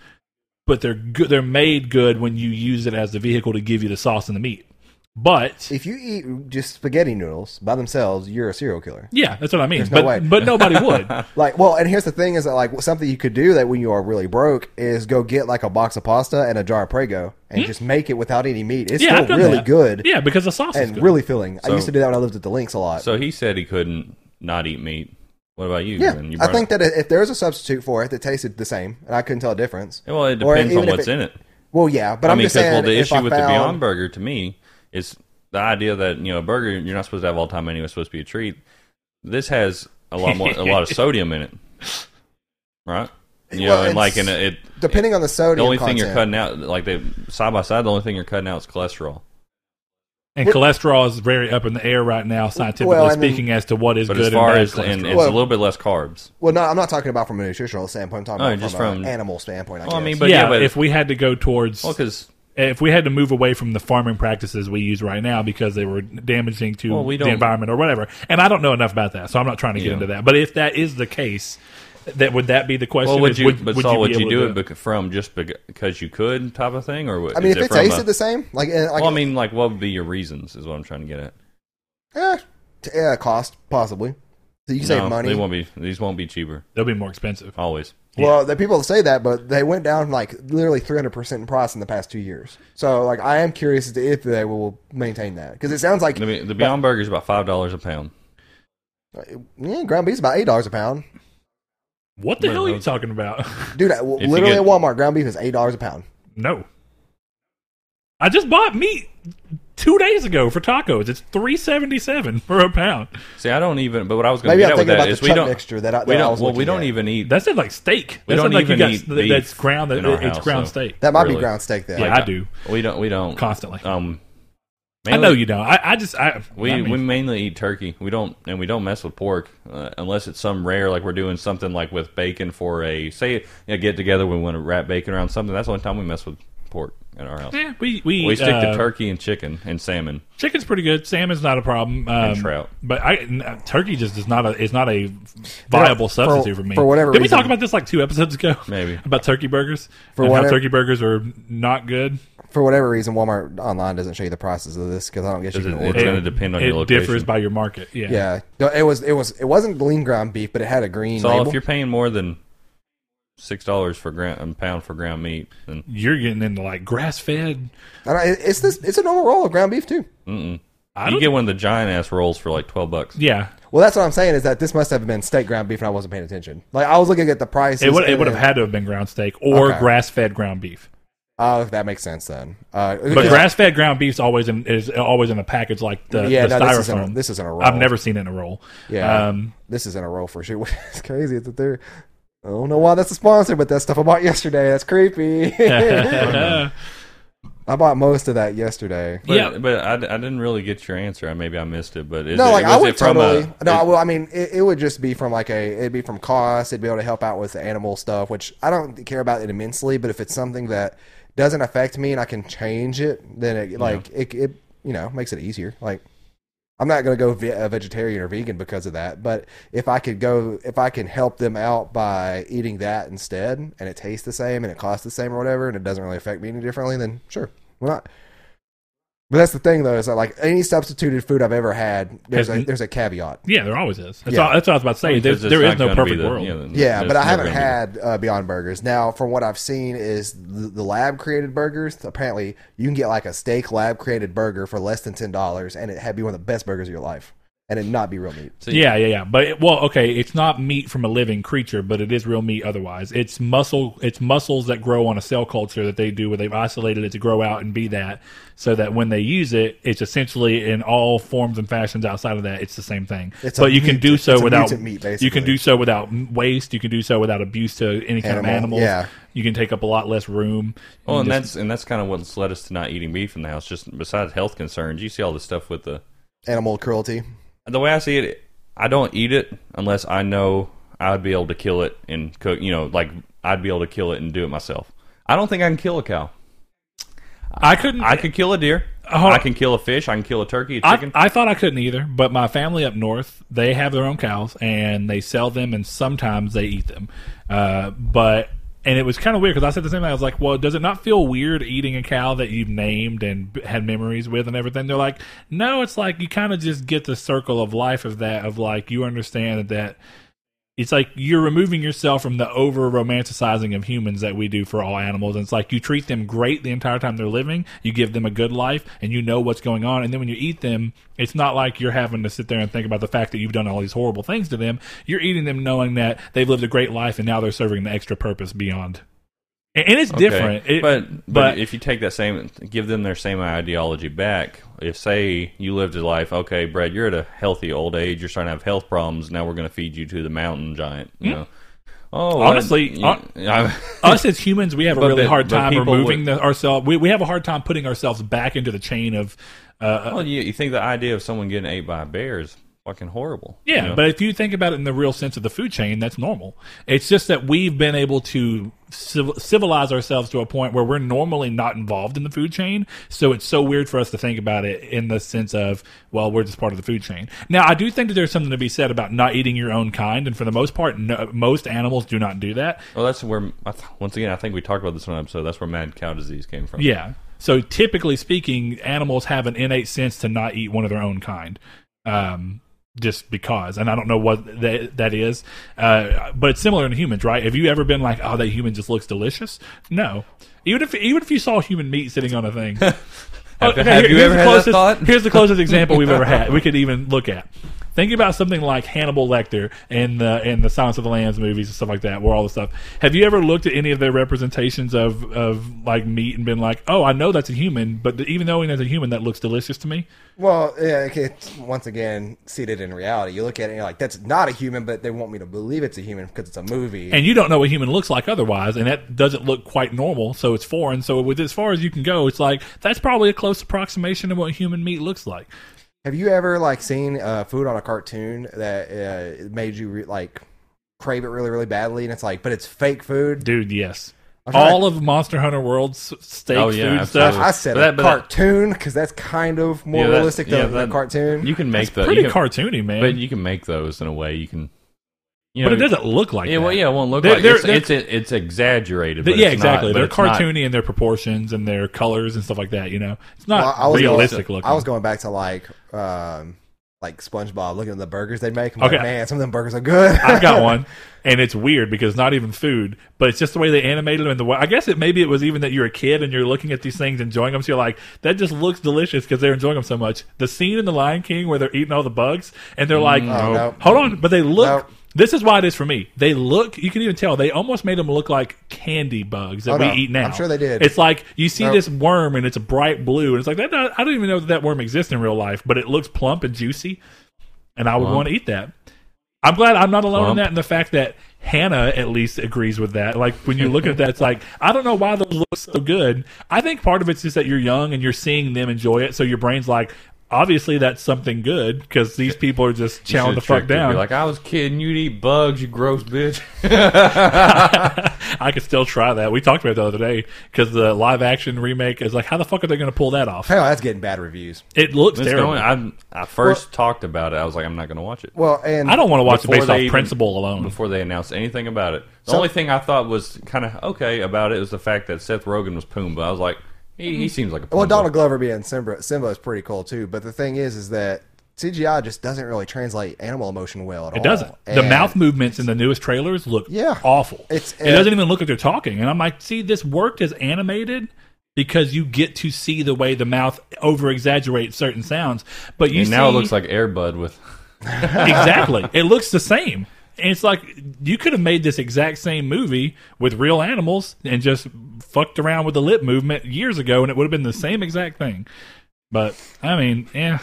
But they're good. They're made good when you use it as the vehicle to give you the sauce and the meat. But If you eat just spaghetti noodles by themselves, you're a serial killer. yeah, that's what I mean. no but way. but nobody would. Like, well, and here's the thing: is that like something you could do that when you are really broke is go get like a box of pasta and a jar of Prego and Hmm? just make it without any meat. It's Yeah, I've still done really that. good Yeah, because the sauce is and good. really filling. I So- used to do that when I lived at the Links a lot. So he said he couldn't not eat meat. What about you? Yeah, Then you I brought think it- that if there was a substitute for it that tasted the same, and I couldn't tell a difference. Well, it or depends on even if what's in it. Well, yeah, but I am mean, just saying well, the if issue I with the found- Beyond Burger to me is the idea that you know a burger you're not supposed to have all the time anyway. It's supposed to be a treat. This has a lot more, a lot of sodium in it, right? You Well, know, and like, it's- and it depending on the the sodium only content, thing you're cutting out, like they side by side, the only thing you're cutting out is cholesterol. And Well- cholesterol is very up in the air right now, scientifically Well, I mean- speaking, as to what is But good as far and bad as and, cholesterol. it's Well- a little bit less carbs. Well, no, I'm not talking about from a nutritional standpoint. I'm talking Oh, about just from, from- an animal standpoint. I Well, I guess. mean, but yeah, yeah, but- if we had to go towards, Well, because if we had to move away from the farming practices we use right now because they were damaging to Well, we the don't- environment or whatever, and I don't know enough about that, so I'm not trying to get Yeah. into that. But if that is the case, that would that be the question? well, would is you? but Saul, would be you able do to it bec- from just bec- because you could type of thing, or would- I mean, is if it from tasted a, the same, like, eh, like well, I mean, like, what would be your reasons? Is what I'm trying to get at. eh, t- eh, cost possibly. So you can No, save money. They won't be. These won't be cheaper. They'll be more expensive. Always. Well, the people say that, but they went down like literally 300% in price in the past two years. So, like, I am curious as to if they will maintain that because it sounds like The, the Beyond Burger is about five dollars a pound. eh, yeah, ground beef is about eight dollars a pound, What the But hell are you those- talking about? dude. I, well, If you literally get- at Walmart, ground beef is eight dollars a pound. no, I just bought meat two days ago for tacos. It's three seventy seven for a pound. See, I don't even. But what I was going to Maybe get I'm at thinking with that about the is we chuck don't. mixture that I, that we I don't. was Well, we looking don't at. even eat. That sounds like steak. That We don't sounds like even you got, eat th- beef That's ground. That, in our it's house, ground so- steak. That might be really. ground steak then. Yeah, Like, I do We don't. We don't constantly. Um, I mainly- know you don't. I, I just I We I we mean, mainly eat turkey. We don't and we don't mess with pork uh, unless it's some rare like we're doing something like with bacon for a say a get together. We want to wrap bacon around something. That's the only time we mess with pork at our house. yeah, we we, We stick uh, to turkey and chicken and salmon. Chicken's pretty good. Salmon's not a problem. Um, trout. but I n- uh, turkey just is not a is not a viable for- substitute for, me. for whatever did we reason- talk about this like two episodes ago? Maybe. about turkey burgers For and how whatever- turkey burgers are not good. For whatever reason, Walmart online doesn't show you the prices of this because I don't guess you It's can going order. to depend on it your location. differs by your market. Yeah, Yeah, No, it was it was it wasn't lean ground beef, but it had a green So label. if you're paying more than six dollars for ground a pound for ground meat, then you're getting into like grass fed. And I, it's this it's a normal roll of ground beef too. mm-mm. I you don't. get one of the giant ass rolls for like twelve bucks. yeah, Well, that's what I'm saying is that this must have been steak ground beef, and I wasn't paying attention. Like I was looking at the price. it would it would have had to have been ground steak or Okay. grass fed ground beef. Oh, that makes sense then. Uh, But yeah. grass fed ground beef's always in is always in a package like the, yeah, the no, styrofoam. this isn't, a- this isn't a roll. I've never seen it in a roll. Yeah, Um, this isn't a roll for sure. it's crazy that they're. I don't know why that's a sponsor, but that stuff I bought yesterday. That's creepy. I bought most of that yesterday. But, Yeah. but I, I didn't really get your answer. I Maybe I missed it. But is No, it, like was I would it from totally. a, no, is- well, I mean, it, it would just be from like a. It'd be from cost. It'd be able to help out with the animal stuff, which I don't care about it immensely. But if it's something that doesn't affect me and I can change it, then it like it, it you know makes it easier. Like I'm not gonna go ve- a vegetarian or vegan because of that. But if I could go, if I can help them out by eating that instead, and it tastes the same and it costs the same or whatever, and it doesn't really affect me any differently, then sure, why not? But that's the thing, though, is that like any substituted food I've ever had, there's Has- a there's a caveat. Yeah, there always is. That's, Yeah. all, that's what I was about to say. there because it's there not is no gonna be perfect the- world. Yeah, Yeah, but I that's haven't never gonna be the- had uh, Beyond Burgers. Now, from what I've seen, is the, the lab created burgers. Apparently, you can get like a steak lab created burger for less than ten dollars, and it had be one of the best burgers of your life, and it not be real meat. See, yeah, yeah, yeah. But it, well, okay, it's not meat from a living creature, but it is real meat otherwise. It's muscle. It's muscles that grow on a cell culture that they do where they've isolated it to grow out and be that, so that when they use it, it's essentially in all forms and fashions outside of that, it's the same thing. It's a but you can mutant- do so it's a without mutant meat, you basically. can do so without waste. You can do so without abuse to any kind of Animal, animals. yeah. You can take up a lot less room. Well, and Just- that's and that's kind of what's led us to not eating beef in the house. Just besides health concerns, you see all this stuff with the Animal cruelty. the way I see it. I don't eat it unless I know I'd be able to kill it and cook. You know, like I'd be able to kill it and do it myself. I don't think I can kill a cow. I couldn't. I could kill a deer. Oh. I can kill a fish. I can kill a turkey, a I, chicken. I thought I couldn't either, but my family up north, they have their own cows and they sell them and sometimes they eat them. Uh, but, and it was kind of weird because I said the same thing. I was like, well, does it not feel weird eating a cow that you've named and b- had memories with and everything? They're like, no, it's like you kind of just get the circle of life of that, of like you understand that it's like you're removing yourself from the over romanticizing of humans that we do for all animals. And it's like you treat them great the entire time they're living, you give them a good life, and you know what's going on. And then when you eat them, it's not like you're having to sit there and think about the fact that you've done all these horrible things to them. You're eating them knowing that they've lived a great life and now they're serving an extra purpose beyond. And, and it's Okay. different. It- but, but if you take that same, give them their same ideology back. If say you lived a life, okay, Brad, you're at a healthy old age, you're starting to have health problems. Now we're going to feed you to the mountain giant. You know. Oh, well, Hmm. Honestly, you- hon- I- us as humans, we have a But- really but- hard but time people removing would- the, ourselves. We, we have a hard time putting ourselves back into the chain of. Uh, well, you, you think the idea of someone getting ate by a bear is fucking horrible. you Yeah, know? but if you think about it in the real sense of the food chain, that's normal. It's just that we've been able to civ- civilize ourselves to a point where we're normally not involved in the food chain. So it's so weird for us to think about it in the sense of, well, we're just part of the food chain. Now, I do think that there's something to be said about not eating your own kind, and for the most part, no, most animals do not do that. well, that's where I th- once again I think we talked about this one episode. That's where mad cow disease came from. Yeah. So typically speaking, animals have an innate sense to not eat one of their own kind, um, just because. And I don't know what that, that is, uh, but it's similar in humans, right? Have you ever been like, "Oh, that human just looks delicious"? No. Even if even if you saw human meat sitting on a thing, Have, Okay, have here- you here's ever the had closest, that thought? Here's the closest example we've ever had. We could even look at. Think about something like Hannibal Lecter and the and the Silence of the Lambs movies and stuff like that, where all the stuff. Have you ever looked at any of their representations of of like meat and been like, oh, I know that's a human, but even though that's a human, that looks delicious to me. Well, yeah, okay, it's once again seated in reality. You look at it and you're like, that's not a human, but they want me to believe it's a human because it's a movie. and you don't know what human looks like otherwise, and that doesn't look quite normal, so it's foreign. So with as far as you can go, it's like that's probably a close approximation of what human meat looks like. Have you ever like seen uh, food on a cartoon that uh, made you re- like crave it really, really badly? And it's like, but it's fake food. Dude, yes. I'm trying All of Monster Hunter World's steak Oh, yeah, food stuff. absolutely. I said But that- a but that- cartoon because that's kind of more Yeah, that- realistic yeah, than a that- cartoon. You can make the pretty you can- cartoony, man. but you can make those in a way you can. You know, but it doesn't look like Yeah, that. well, yeah, it won't look They're- like they're- it's, it's it's exaggerated. Th- But yeah, it's exactly. Not, but They're it's not- cartoony in their proportions and their colors and stuff like that. You know, it's Well, not I was realistic going, looking. I was going back to like, um, like SpongeBob, looking at the burgers they make. I'm Okay. like, man, some of them burgers are good. I've got one, and it's weird because it's not even food, but it's just the way they animated them. And the way I guess it maybe it was even that you're a kid and you're looking at these things, enjoying them. So you're like, that just looks delicious because they're enjoying them so much. The scene in The Lion King where they're eating all the bugs and they're like, Oh, no. hold on, but they look. Nope. This is why it is for me. They look. You can even tell they almost made them look like candy bugs that Oh, we no. eat now. I'm sure they did. It's like you see Nope. this worm and it's bright blue, and it's like that. don't- I don't even know that that worm exists in real life, but it looks plump and juicy, and I would want to eat that. I'm glad I'm not alone in Plump. that, and the fact that Hannah at least agrees with that. Like when you look at that, it's like I don't know why those look so good. I think part of it's just that you're young and you're seeing them enjoy it, so your brain's like, obviously that's something good because these people are just You chowing the should've fuck tricked her. Be down. like I was kidding. You'd eat bugs, you gross bitch. I could still try that. We talked about it the other day because the live action remake is like, how the fuck are they going to pull that off? Hell, that's getting bad reviews. It looks It's terrible. going- I, I first talked about it. I was like, I'm not going to watch it Well, and I don't want to watch it Before based they off even- principle alone. before they announced anything about it. The So- only thing I thought was kind of okay about it was the fact that Seth Rogen was Pumbaa. I was like, he, Mm-hmm. he seems like a Pumbaa. Well, Donald Glover being Simba, Simba is pretty cool too. But the thing is, is that CGI just doesn't really translate animal emotion well at all. It doesn't. The And- mouth movements in the newest trailers look Yeah. awful. It's- it doesn't even look like they're talking. And I'm like, see, this worked as animated because you get to see the way the mouth over exaggerates certain sounds. But you And now it see- looks like Airbud with. exactly. It looks the same. And it's like you could have made this exact same movie with real animals and just fucked around with the lip movement years ago, and it would have been the same exact thing. But I mean, yeah,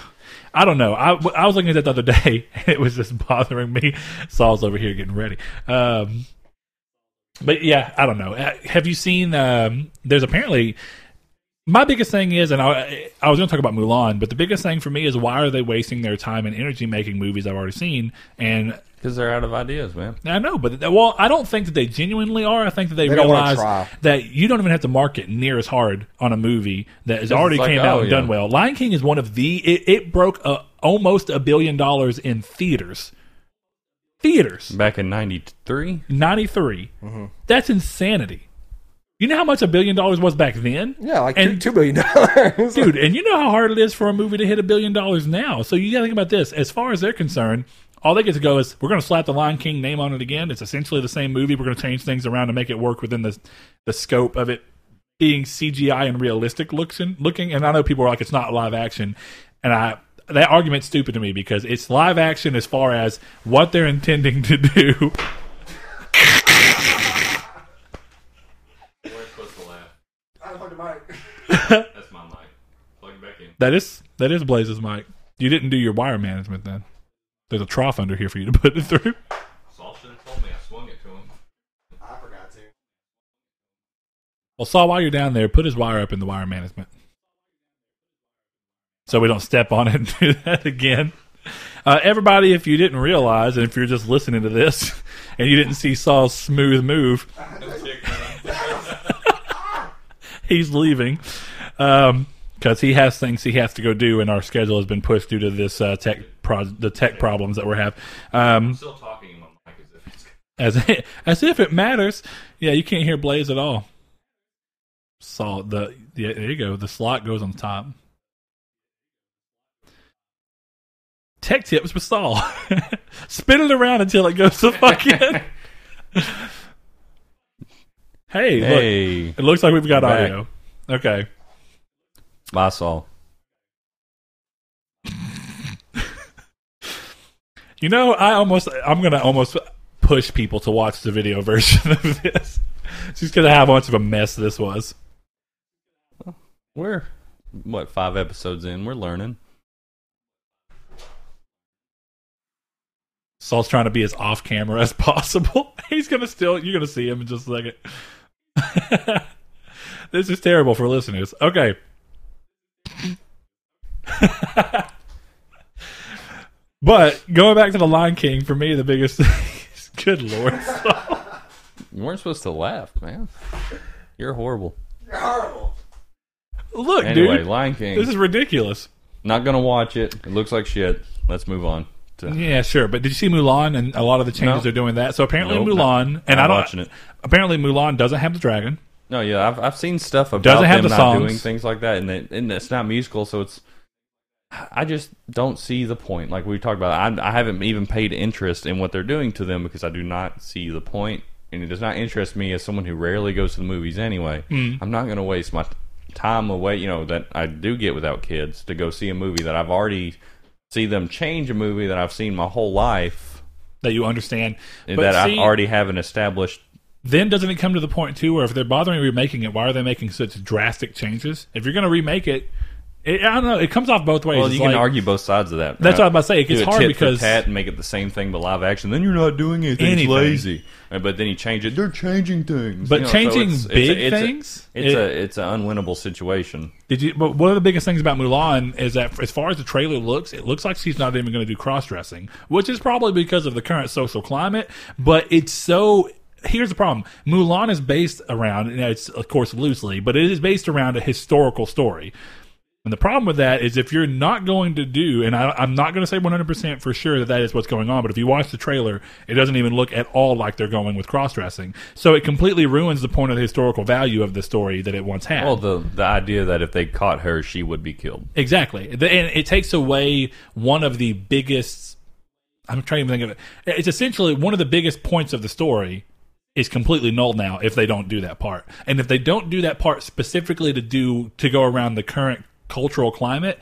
I don't know. I, I was looking at that the other day, and it was just bothering me. Saul's over here getting ready. Um, but yeah, I don't know. Uh, Have you seen? Um, there's apparently my biggest thing is, and I, I was going to talk about Mulan, but the biggest thing for me is why are they wasting their time and energy making movies I've already seen? And Because they're out of ideas, man. I know, but well, I don't think that they genuinely are. I think that they, They don't wanna realize try. that you don't even have to market near as hard on a movie that has already like, came out oh, and yeah. done well. Lion King is one of the it, it broke a, almost a billion dollars in theaters. Theaters Back in '93, ninety Mm-hmm. That's insanity. You know how much a billion dollars was back then? Yeah, like and two, $2 billion dollars. dude and you know how hard it is for a movie to hit a billion dollars now so you gotta think about this as far as they're concerned All they get to go is we're going to slap the Lion King name on it again. It's essentially the same movie. We're going to change things around to make it work within the the scope of it being CGI and realistic looking. Looking, and I know people are like it's not live action, and I that argument's stupid to me because it's live action as far as what they're intending to do. We're supposed to laugh. That's my mic. Plug it back in. That is that is Blaze's mic. You didn't do your wire management then. There's a trough under here for you to put it through. Saul should have told me. I swung it to him. I forgot to. Well, Saul, while you're down there, put his wire up in the wire management. So we don't step on it and do that again. Uh, everybody, if you didn't realize, and if you're just listening to this and you didn't see Saul's smooth move, he's leaving because he has things he has to go do, and our schedule has been pushed due to this uh, tech pro- the tech problems that we're having. Um, Still talking in my mic as if it's as if, as if it matters. Yeah, you can't hear Blaze at all. Saw the yeah, there you go. The slot goes on top. Tech tips with Saul. Spin it around until it goes to fucking. hey, look. Hey, It looks like we've got Back. audio. Okay. bye, Saul. You know, I almost, I'm gonna almost push people to watch the video version of this. Just gonna have how much of a mess this was. We're what five episodes in? We're learning. Saul's trying to be as off camera as possible. He's gonna still you're gonna see him in just a second. this is terrible for listeners. Okay. but going back to the Lion King, for me the biggest thing is good lord. Saul. You weren't supposed to laugh, man. You're horrible. Look, Anyway, dude. Lion King. This is ridiculous. Not gonna watch it. It looks like shit. Let's move on. To, Yeah, sure. But did you see Mulan and a lot of the changes No. are doing that? So apparently Nope, Mulan not- and not I don't watching it. apparently Mulan doesn't have the dragon. No, yeah, I've I've seen stuff about Doesn't have them the not songs. doing things like that, and they, and it's not musical, so it's. I just don't see the point. Like we talked about, I, I haven't even paid interest in what they're doing to them because I do not see the point, and it does not interest me as someone who rarely goes to the movies anyway. Hmm. I'm not going to waste my time away, you know, that I do get without kids to go see a movie that I've already see them change a movie that I've seen my whole life That you understand. But that see- I already have an established then doesn't it come to the point too where if they're bothering remaking it, why are they making such drastic changes? If you're going to remake it, it, I don't know. It comes off both ways. Well, It's you like- can argue both sides of that. That's what right? I'm about to say. It Do gets a hard tit because- for tat and make it the same thing but live action. Then you're not doing anything. It's Anything. lazy. And- But then you change it. They're changing things. But You know, so changing it's- it's a- big it's a- things? It's It- a it's an unwinnable situation. Did you? But one of the biggest things about Mulan is that, as far as the trailer looks, it looks like she's not even going to do cross dressing, which is probably because of the current social climate. But it's so. Here's the problem: Mulan is based around, and it's of course loosely, but it is based around a historical story. And the problem with that is if you're not going to do, and I, I'm not going to say 100% for sure that that is what's going on, but if you watch the trailer, it doesn't even look at all like they're going with cross dressing. So it completely ruins the point of the historical value of the story that it once had. Well, the the idea that if they caught her, she would be killed. Exactly. The- And it takes away one of the biggest. I'm trying to think of it. It's essentially one of the biggest points of the story is completely null now if they don't do that part. And if they don't do that part specifically to do to go around the current cultural climate,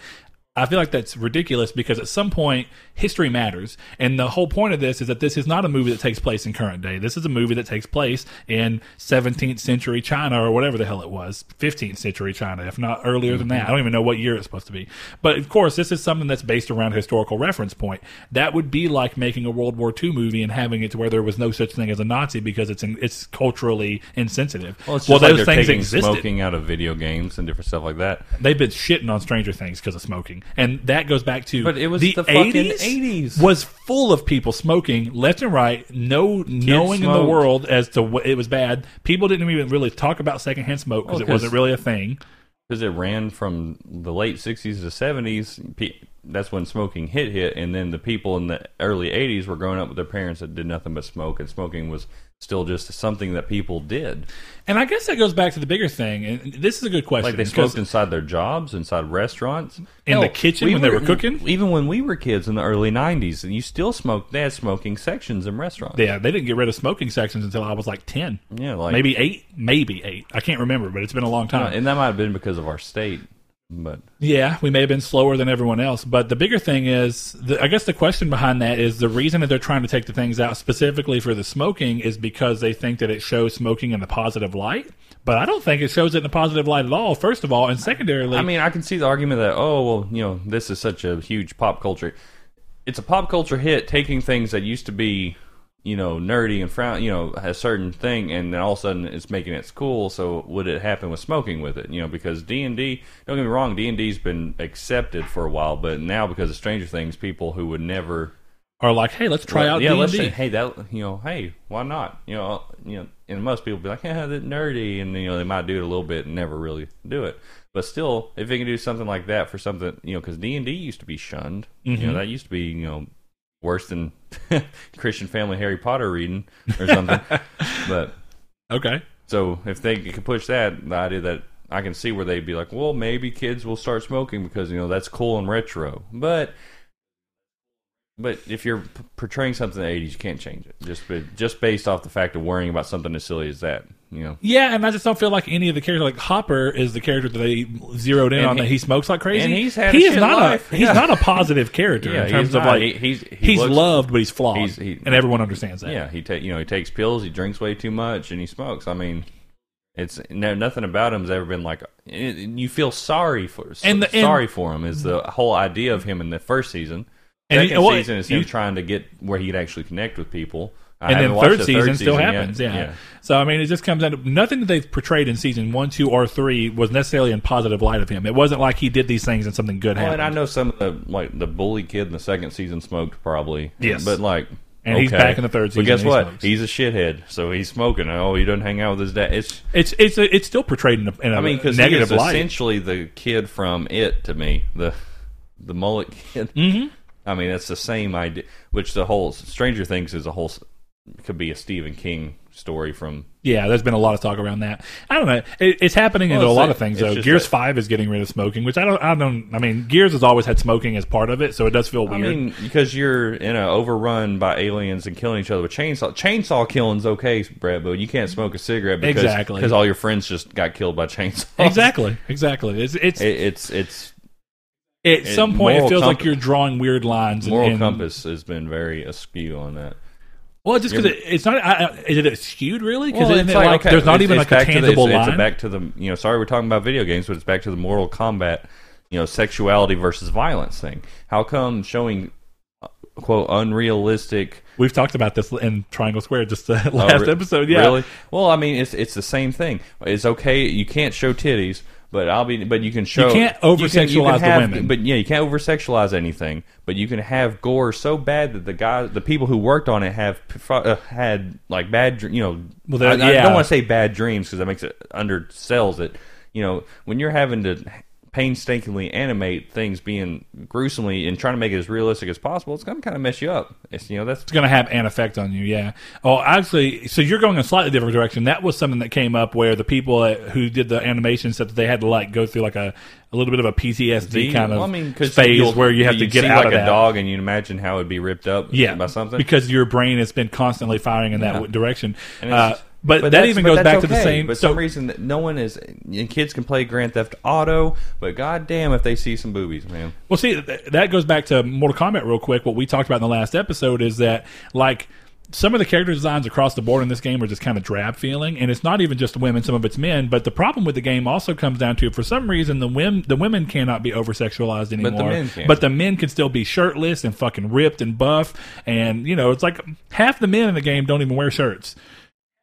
I feel like that's ridiculous because at some point history matters. And the whole point of this is that this is not a movie that takes place in current day. This is a movie that takes place in 17th century China or whatever the hell it was, 15th century China, if not earlier than Mm-hmm. that. I don't even know what year it's supposed to be. But of course, this is something that's based around a historical reference point. That would be like making a World War II movie and having it to where there was no such thing as a Nazi because it's in, it's culturally insensitive. Well, it's just like they're taking smoking out of video games and different stuff like that. They've been shitting on Stranger Things because of smoking, and that goes back to But it was the fucking 80s, 80s. was full of people smoking left and right, no knowing in the smoked. world as to what it was bad. People didn't even really talk about secondhand smoke Oh, because Well, it wasn't 'cause- really a thing. because it ran from the late 60s to 70s pe- that's when smoking hit hit, and then the people in the early '80s were growing up with their parents that did nothing but smoke, and smoking was still just something that people did. And I guess that goes back to the bigger thing. And this is a good question. Like they because- smoked inside their jobs, inside restaurants, In the kitchen we e, when they were cooking? Even when we were kids in the early '90s, and you still smoked. They had smoking sections in restaurants. yeah, they didn't get rid of smoking sections until I was like 10. Yeah, like- maybe 8, maybe 8. I can't remember, but it's been a long time. and that might have been because of our state, but Yeah, we may have been slower than everyone else, but the bigger thing is, the, I guess the question behind that is the reason that they're trying to take the things out specifically for the smoking is because they think that it shows smoking in a positive light. But I don't think it shows it in a positive light at all. First of all, and secondarily, I mean, I can see the argument that oh well, you know, this is such a huge pop culture. It's a pop culture hit taking things that used to be, you know, nerdy and frown, you know, a certain thing, and then all of a sudden it's making it cool. So would it happen with smoking with it? You know, because D and D. Don't get me wrong, D and D's been accepted for a while, but now because of Stranger Things, people who would never are like, hey, let's try out yeah, D&D. let's say, hey, that you know, hey, why not? You know, you know, and most people be like, yeah, that nerdy, and you know, they might do it a little bit and never really do it. But still, if they can do something like that for something, you know, because D and D used to be shunned. You Mm-hmm. know, that used to be you know worse than Christian family Harry Potter reading or something. but okay, so if they could push that, the idea that I can see where they'd be like, well, maybe kids will start smoking because you know that's cool and retro. But but if you're p- portraying something in the '80s, you can't change it just ba- just based off the fact of worrying about something as silly as that. You know, yeah, and I just don't feel like any of the characters, like Hopper, is the character that they zeroed in And on he- that he smokes like crazy. and he's had he a is shit not life. a he's Yeah. not a positive character Yeah, in terms he's of not. like He- he's- he he's looks- loved, but he's flawed, he's- he- and everyone understands that. yeah, he ta- you know he takes pills, he drinks way too much, and he smokes. I mean. It's no, nothing about him's ever been like. and You feel sorry for And the- and- sorry for him is the whole idea of him in the first season. And second you- well, season is him you- trying to get where he could actually connect with people. I and haven't then watched third the season still season yet. happens. Yeah. So I mean, it just comes out. of- Nothing that they've portrayed in season one, two, or three was necessarily in positive light of him. It wasn't like he did these things and something good Well, happened. and I know some of the like the bully kid in the second season smoked probably. Yes. but like. And he's okay. back in the third season But guess and he what? smokes. He's a shithead, so he's smoking. Oh, he doesn't hang out with his dad. It's it's it's it's still portrayed in a, in a I mean, because negative negative is light. essentially the kid from It to me, the the mullet kid. Mm-hmm. I mean, that's the same idea. Which the whole Stranger Things is a whole s- could be a Stephen King story from yeah, there's been a lot of talk around that. I don't know. It, it's happening Well, into a it's lot like- of things it's though. just Gears that- Five is getting rid of smoking, which I don't. I don't. I mean, Gears has always had smoking as part of it, so it does feel I weird. mean, because you're you know overrun by aliens and killing each other with chainsaw. Chainsaw killing's okay, Brad, but you can't smoke a cigarette because Exactly. because all your friends just got killed by chainsaws. exactly. Exactly. It's it's It, it's it's at some point it moral feels like compa- you're drawing weird lines. and- moral and, compass has been very askew on that. Well, just because it, it's not. I, I- is it skewed really? Because Well, it's like, okay, there's not it's- even it's like a back to the- tangible it's, line. It's back to the you know. Sorry, we're talking about video games, but it's back to the Mortal Combat, you know, sexuality versus violence thing. How come showing uh, quote unrealistic We've talked about this in Triangle Square just the Oh, last re- episode. Yeah, Really? Well, I mean, it's it's the same thing. It's okay. You can't show titties, but I'll be. But you can show. can't can- you can over-sexualize the have- women. But yeah, you can't over sexualize anything. But you can have gore so bad that the guys, the people who worked on it, have pro- uh, had like bad. dr- You know, Well, that- I, I yeah. don't want to say bad dreams because that makes it undersells it. You know, when you're having to painstakingly animate things being gruesomely and trying to make it as realistic as possible, it's going to kind of mess you up. It's you know that's it's going to have an effect on you. Yeah. Oh, actually, so you're going a slightly different direction. That was something that came up where the people that, who did the animation said that they had to like go through like a, a little bit of a PTSD Do you- kind of well, I mean, 'cause phase you'll- where you have to you'd get see out like of a that. dog, and you imagine how it'd be ripped up, yeah, by something. because your brain has been constantly firing in that w direction. And it's Uh, just- but, that that's- even but goes that's back to the okay. same. But so some reason that no one is. And kids can play Grand Theft Auto, but goddamn if they see some boobies, man. Well, see, th- that goes back to Mortal Kombat real quick. What we talked about in the last episode is that, like, some of the character designs across the board in this game are just kind of drab feeling, and it's not even just women; some of it's men. But the problem with the game also comes down to, for some reason, the women the women cannot be over sexualized anymore, men can. But the men can still be shirtless and fucking ripped and buff, and you know, it's like half the men in the game don't even wear shirts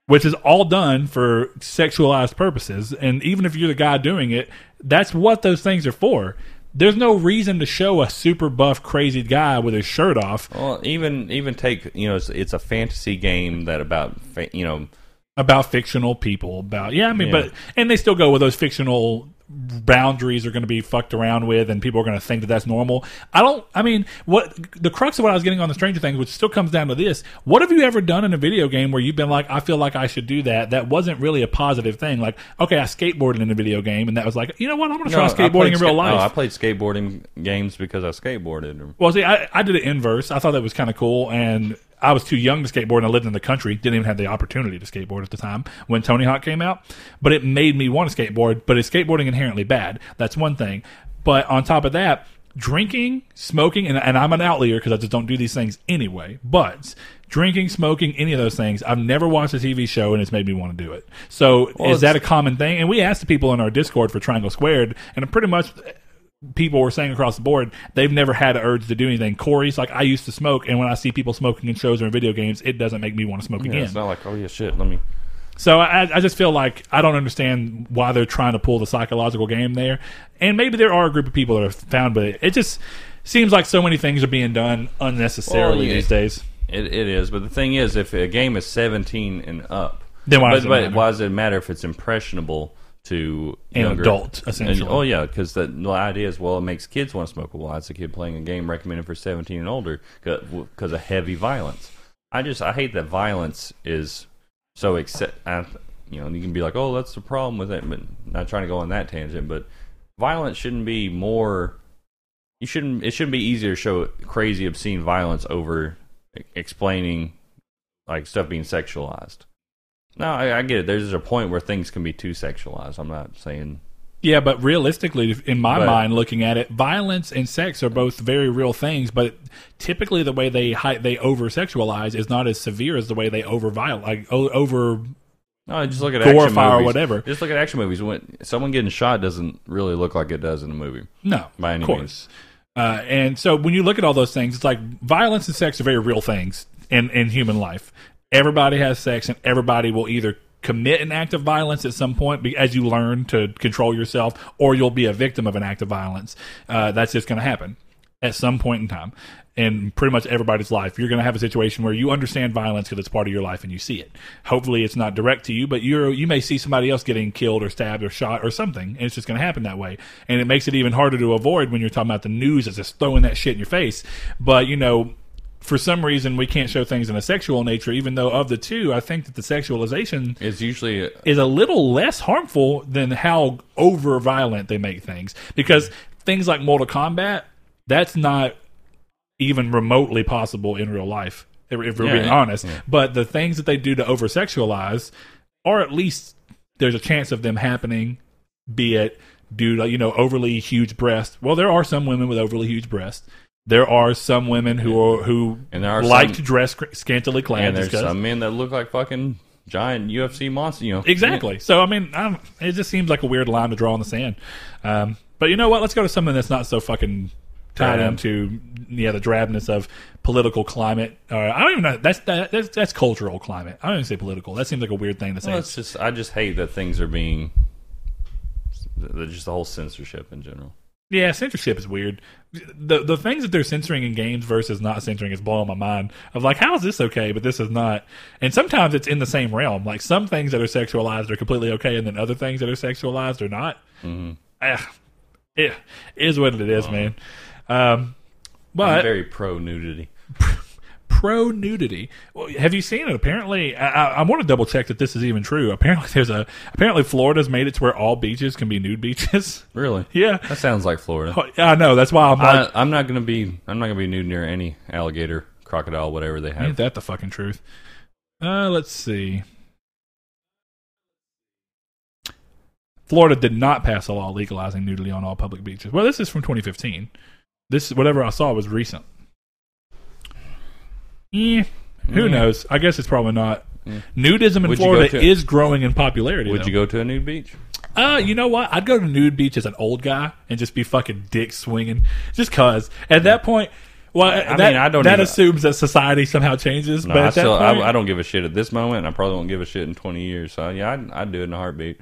which is all done for sexualized purposes. And even if you're the guy doing it, that's what those things are for. There's no reason to show a super buff, crazy guy with his shirt off Well, even even take you know it's, it's a fantasy game that about fa- you know about fictional people. About yeah, I mean, Yeah. but and they still go with those fictional boundaries are going to be fucked around with and people are going to think that that's normal. I don't I mean, what the crux of what I was getting on the Stranger Things which still comes down to this. What have you ever done in a video game where you've been like I feel like I should do that that wasn't really a positive thing? Like, okay, I skateboarded in a video game and that was like, you know what? I'm going to try I played skateboarding in ska- real No, I life. played skateboarding games because I skateboarded. or- well, see, I, I did it inverse. I thought that was kind of cool and I was too young to skateboard and I lived in the country. Didn't even have the opportunity to skateboard at the time when Tony Hawk came out. But it made me want to skateboard. But is skateboarding inherently bad? That's one thing. But on top of that, drinking, smoking, and, and I'm an outlier because I just don't do these things anyway. But drinking, smoking, any of those things, I've never watched a TV show and it's made me want to do it. So is that a common thing? And we asked the people in our Discord for Triangle Squared, and pretty much people were saying across the board they've never had an urge to do anything. Corey's like, I used to smoke, and when I see people smoking in shows or in video games, it doesn't make me want to smoke Yeah, again. It's not like, oh yeah, shit. Let me. So I, I just feel like I don't understand why they're trying to pull the psychological game there. And maybe there are a group of people that are found, but it, it just seems like so many things are being done unnecessarily Well, yeah. these days. It, it is, but the thing is, if a game is 17 and up, Then why but, does it but matter? why does it matter if it's impressionable to An younger- adult, essentially. oh yeah, because the, the idea is well, it makes kids want to smoke. Well, why is a kid playing a game recommended for 17 and older? Because of heavy violence. I just I hate that violence is so accept. I, you know, you can be like, oh, that's the problem with it, but not trying to go on that tangent. But violence shouldn't be more you shouldn't it shouldn't be easier to show crazy obscene violence over e- explaining like stuff being sexualized no I, I get it there's a point where things can be too sexualized i'm not saying Yeah, but realistically, in my But- mind, looking at it, violence and sex are both very real things. But typically, the way they hi- they over sexualize is not as severe as the way they over viol like o- over. no just look at action Glorify or movies whatever. just look at action movies when someone getting shot doesn't really look like it does in a movie No, By any of course. Uh, and so, when you look at all those things, it's like violence and sex are very real things in in human life. Everybody has sex, and everybody will either commit an act of violence at some point be- as you learn to control yourself, or you'll be a victim of an act of violence. Uh, that's just going to happen. at some point in time in pretty much everybody's life you're going to have a situation where you understand violence because it's part of your life and you see it hopefully it's not direct to you but you're you may see somebody else getting killed or stabbed or shot or something and it's just going to happen that way and it makes it even harder to avoid when you're talking about the news is just throwing that shit in your face but you know for some reason we can't show things in a sexual nature even though of the two i think that the sexualization it's usually is a little less harmful than how over violent they make things because things like Mortal Kombat that's not even remotely possible in real life if, if we're Yeah, being it- honest but the things that they do to over sexualize or at least there's a chance of them happening be it due to you know overly huge breasts well there are some women with overly huge breasts there are some women who are who And there are like some- to dress sc- scantily clad and there's discuss- some men that look like fucking giant ufc monster you know Exactly. So I mean, I'm, it just seems like a weird line to draw in the sand. Um, but you know what? Let's go to something that's not so fucking tied Drab. into yeah the drabness of political climate. Uh, I don't even know. That's that, that's that's cultural climate. I don't even say political. That seems like a weird thing to say. Well, it's just I just hate that things are being that- just the whole censorship in general Yeah, censorship is weird. The the things that they're censoring in games versus not censoring is blowing my mind. Of like, how is this okay, but this is not? And sometimes it's in the same realm. Like some things that are sexualized are completely okay, and then other things that are sexualized are not. Mm-hmm. Ah, it is what it is, man. Um, Uh-huh. i'm but very pro nudity pro nudity. Well, have you seen it? Apparently, I, I, I want to double check that this is even true. Apparently, there's a apparently Florida's made it to where all beaches can be nude beaches. Really? yeah, That sounds like Florida. I know. That's why I'm like, I, I'm not gonna be. I'm not gonna be nude near any alligator, crocodile, whatever they Ain't have. that the fucking truth? Uh, let's see. Florida did not pass a law legalizing nudity on all public beaches. Well, this is from 2015. This whatever I saw was recent. Eh, who Yeah. knows? I guess it's probably not. Nudism in Would Mm. you go Florida to- is growing in popularity. Would though. you go to a nude beach? Uh, you know what? I'd go to nude beach as an old guy and just be fucking dick swinging, just cause. At that point, well, that, mean, I don't that even- assumes that society somehow changes. No, but I at that still. point, I, I don't give a shit at this moment, and I probably won't give a shit in 20 years. So yeah, I'd, I'd do it in a heartbeat.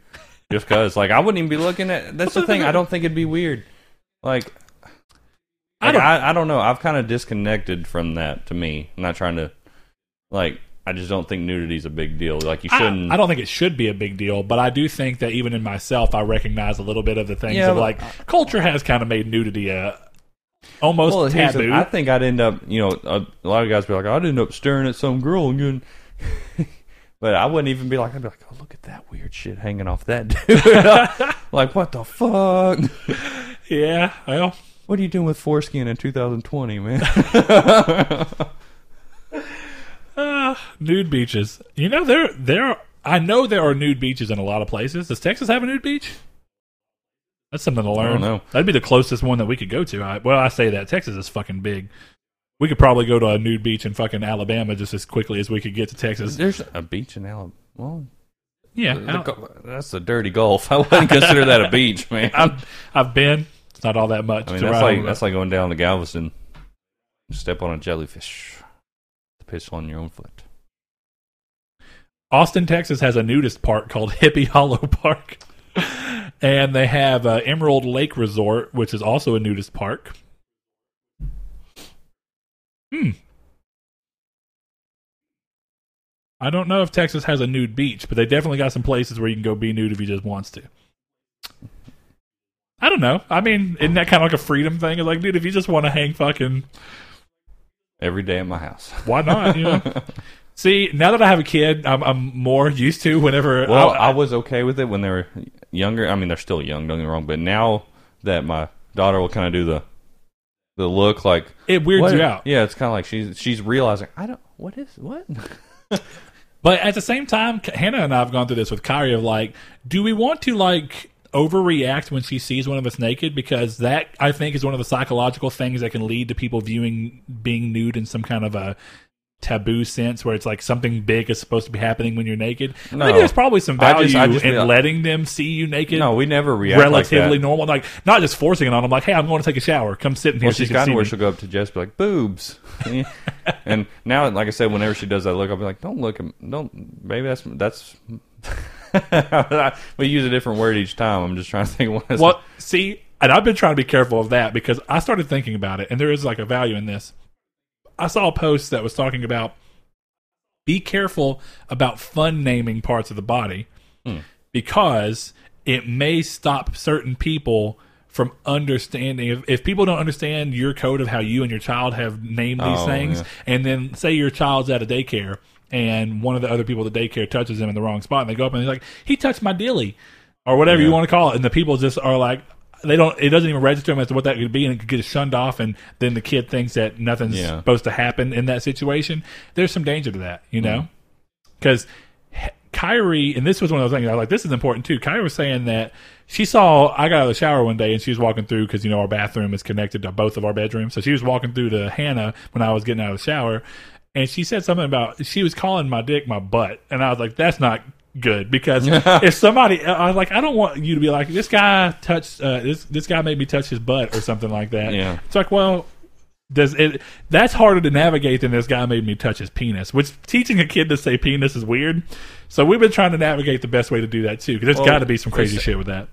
Just cause, like, I wouldn't even be looking at. That's the thing. I don't think it'd be weird. Like, I I don't- I, I don't know. I've kind of disconnected from that. To me, I'm not trying to like I just don't think nudity is a big deal. Like you I- shouldn't. I, don't think it should be a big deal, but I do think that even in myself, I recognize a little bit of the things Yeah, of but- like culture has kind of made nudity a almost Well, here's the- taboo. I think I'd end up, you know, a, a lot of guys be like, I'd end up staring at some girl and getting. but I wouldn't even be like, I'd be like, oh, look at that weird shit hanging off that dude. like, what the fuck? yeah, well, What are you doing with foreskin in 2020, man? uh, nude beaches. You know there there. Are, I know there are nude beaches in a lot of places. Does Texas have a nude beach? That's something to learn. don't know. That'd be the closest one that we could go to. I, well, I say that Texas is fucking big. We could probably go to a nude beach in fucking Alabama just as quickly as we could get to Texas. There's a beach in Alabama. Well, Yeah, the Al- gu- that's the dirty Gulf. I wouldn't consider that a beach, man. I I've, I've been. It's not all that much. mean, to that's ride like on. that's like going down to Galveston, step on a jellyfish, piss on your own foot. Austin, Texas has a nudist park called Hippie Hollow Park, and they have uh, Emerald Lake Resort, which is also a nudist park. Hmm. I don't know if Texas has a nude beach, but they definitely got some places where you can go be nude if you just wants to. I don't know. I mean, isn't that kind of like a freedom thing? It's like, dude, if you just want to hang fucking Every day at my house. why not? You know. See, now that I have a kid, I'm, I'm more used to whenever. Well, I- I, was okay with it when they were younger. I mean, they're still young, don't get me wrong. But now that my daughter will kind of do the the look, like it weirds what- you out. Yeah, it's kind of like she's she's realizing I don't. What is what? But at the same time, K- Hannah and I have gone through this with Kyrie of like, do we want to like overreact when she sees one of us naked? Because that I think is one of the psychological things that can lead to people viewing being nude in some kind of a taboo sense where it's like something big is supposed to be happening when you're naked. I No. think there's probably some I value just- I just in feel like- letting them see you naked. No, we never react relatively Like that. normal. Like not just forcing it on. them. like, hey, I'm going to take a shower. Come sit in here. Well, so you she's can see gotten where me." she'll go up to Jess, be like boobs, and now, like I said, whenever she does that look, I'll be like, don't look at, don't, baby, that's that's. we use a different word each time. I'm just trying to think. What is Well, see, and I've been trying to be careful of that because I started thinking about it, and there is like a value in this. I saw a post that was talking about be careful about fun naming parts of the body because it may stop certain people from understanding if, if people don't understand your code of how you and your child have named these Oh, things yeah. and then say your child's at a daycare and one of the other people at the daycare touches them in the wrong spot and they go up and they're like he touched my dilly or whatever you Yeah. want to call it and the people just are like they don't it doesn't even register them as to what that could be and it could get shunned off and then the kid thinks that nothing's Yeah. supposed to happen in that situation there's some danger to that you know Mm-hmm. because Kyrie, and this was one of those things I was like, this is important too. Kyrie was saying that she saw I got out of the shower one day and she was walking through because you know our bathroom is connected to both of our bedrooms, so she was walking through to Hannah when I was getting out of the shower, and she said something about she was calling my dick my butt, and I was like, that's not good because if somebody I was like I don't want you to be like this guy touched uh, this this guy made me touch his butt or something like that Yeah. it's like well does it that's harder to navigate than this guy made me touch his penis which teaching a kid to say penis is weird so we've been trying to navigate the best way to do that too because there's Well, got to be some crazy it's- shit with that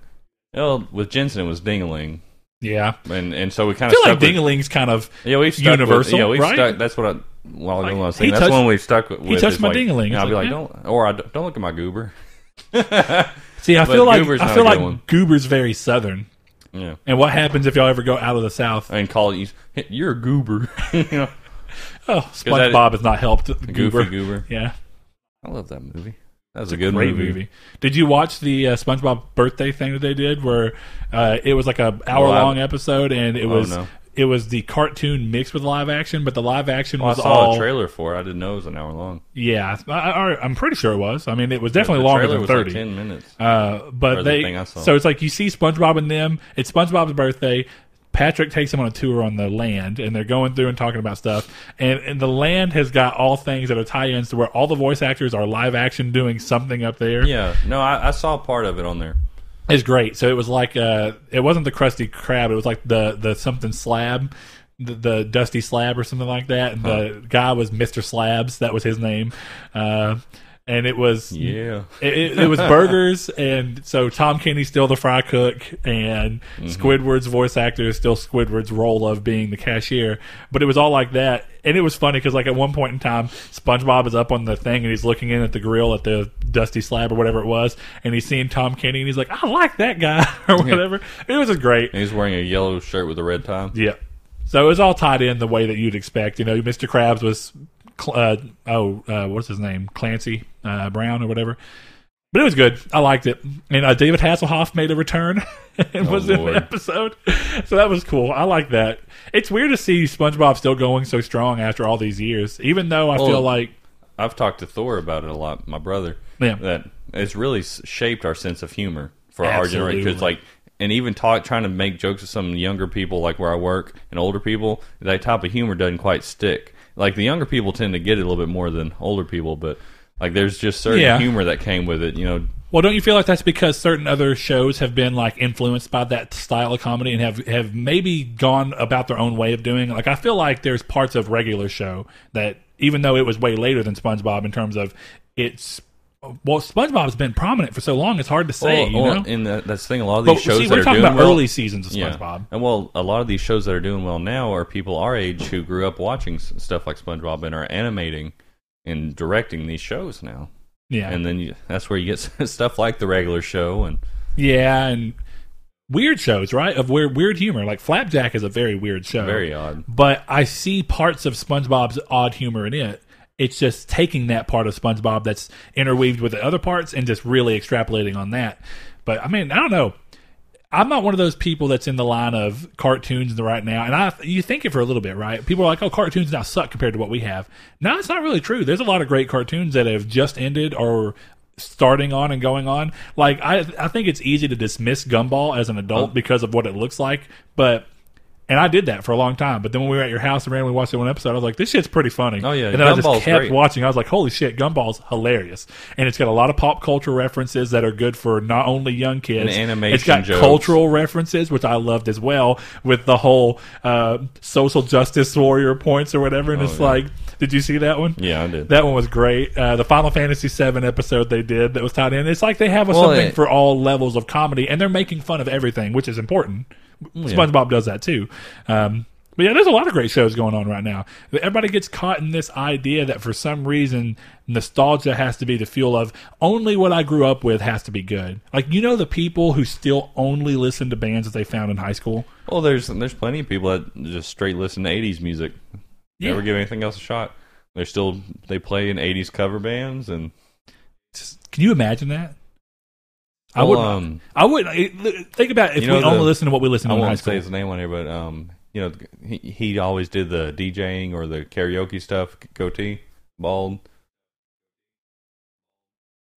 Well, with Jensen, it was dingling, yeah and and so we i kind of feel like stuck with- dingling's kind of Yeah, we've stuck universal, With, yeah, we've right? stuck. That's what I. Well, I was saying he that's touched- one we've stuck with. he touched is my like, dingling. You know, I'll be It's like, like, don't or I don't don't look at my goober. see i but feel like Goober's i not feel a good like one. goober's very southern Yeah, and what happens if y'all ever go out of the south and call it. You're a goober. you know, oh that- spongebob has not helped goober goofy goober. yeah I love that movie. That was a good great movie. movie. Did you watch the uh, SpongeBob birthday thing that they did, where uh, it was like a hour long episode, and it Oh, was no. it was the cartoon mixed with live action, but the live action Oh, I was saw all a trailer for it. I didn't know it was an hour long. yeah. I, I, I'm pretty sure it was. I mean, it was definitely the longer trailer than was thirty. Like Ten minutes. Uh, but Or the they thing I saw. so it's like you see SpongeBob and them. It's SpongeBob's birthday. Patrick takes him on a tour on the land, and they're going through and talking about stuff. And, and the land has got all things that are tie-ins to where all the voice actors are live action doing something up there. yeah, no, I, I saw part of it on there. It's great. So it was like uh, it wasn't the crusty crab. It was like the the something slab, the, the dusty slab or something like that. And the guy was Mister Slabs. That was his name. Uh, and it was Yeah. it, it, it was burgers, and so Tom Kenny's still the fry cook, and Squidward's voice actor is still Squidward's role of being the cashier. But it was all like that, and it was funny because like at one point in time, SpongeBob is up on the thing and he's looking in at the grill at the dusty slab or whatever it was, and he's seeing Tom Kenny, and he's like, "I like that guy" or whatever. It was just great. And he's wearing a yellow shirt with a red tie. Yeah. So it was all tied in the way that you'd expect. You know, Mr. Krabs was, cl- uh, oh, uh, what's his name? Clancy uh, Brown or whatever. But it was good. I liked it. And uh, David Hasselhoff made a return and was in Oh, Lord. the episode. So that was cool. I like that. It's weird to see SpongeBob still going so strong after all these years, even though I feel Well- like, I've talked to Thor about it a lot, my brother. Yeah. That it's really s- shaped our sense of humor for our generation. Absolutely. Because, like, and even talk, trying to make jokes with some younger people, like where I work, and older people, that type of humor doesn't quite stick. Like, the younger people tend to get it a little bit more than older people, but, like, there's just certain Yeah. humor that came with it, you know. well, don't you feel like that's because certain other shows have been like influenced by that style of comedy and have, have maybe gone about their own way of doing? it? Like, I feel like there's parts of regular show that, even though it was way later than SpongeBob in terms of its, well, SpongeBob's been prominent for so long, it's hard to say. Well, you well, know? and that- that's the thing, a lot of these But shows see, that we're are talking doing about well, early seasons of Yeah. SpongeBob. And well, a lot of these shows that are doing well now are people our age who grew up watching s- stuff like SpongeBob and are animating and directing these shows now. Yeah, And then you, that's where you get stuff like the regular show and yeah, and weird shows, right? Of weird, weird humor. Like Flapjack is a very weird show. very odd. but I see parts of SpongeBob's odd humor in it. It's just taking that part of SpongeBob that's interweaved with the other parts and just really extrapolating on that. But I mean, I don't know. I'm not one of those people that's in the line of cartoons right now, and I you think it for a little bit, right? People are like, "Oh, cartoons now suck compared to what we have." No, it's not really true. There's a lot of great cartoons that have just ended or starting on and going on. Like I, I think it's easy to dismiss Gumball as an adult because of what it looks like, but and I did that for a long time. But then when we were at your house and randomly watched that one episode, I was like, "This shit's pretty funny." Oh, yeah, and then I Gumball's just kept great. watching. I was like, "Holy shit, Gumball's hilarious!" And it's got a lot of pop culture references that are good for not only young kids. And animation It's got jokes. cultural references, which I loved as well, with the whole uh, social justice warrior points or whatever. And it's Oh, yeah. like, did you see that one? Yeah, I did. That one was great. Uh, the Final Fantasy VII episode they did that was tied in. It's like they have a, Well, something it- for all levels of comedy, and they're making fun of everything, which is important. Oh, SpongeBob does that too. Um, but yeah, there's a lot of great shows going on right now. Everybody gets caught in this idea that for some reason nostalgia has to be the fuel of only what I grew up with has to be good. Like you know the people who still only listen to bands that they found in high school. Well, there's there's plenty of people that just straight listen to 80s music. Never give anything else a shot. They're still they play in 80s cover bands and Can you imagine that? I Well, wouldn't. um, I wouldn't. it- Think about if You know we only the- listen to what we listen I to in high won't school. say his name on here, but um, you know, he, he always did the DJing or the karaoke stuff. Goatee, bald.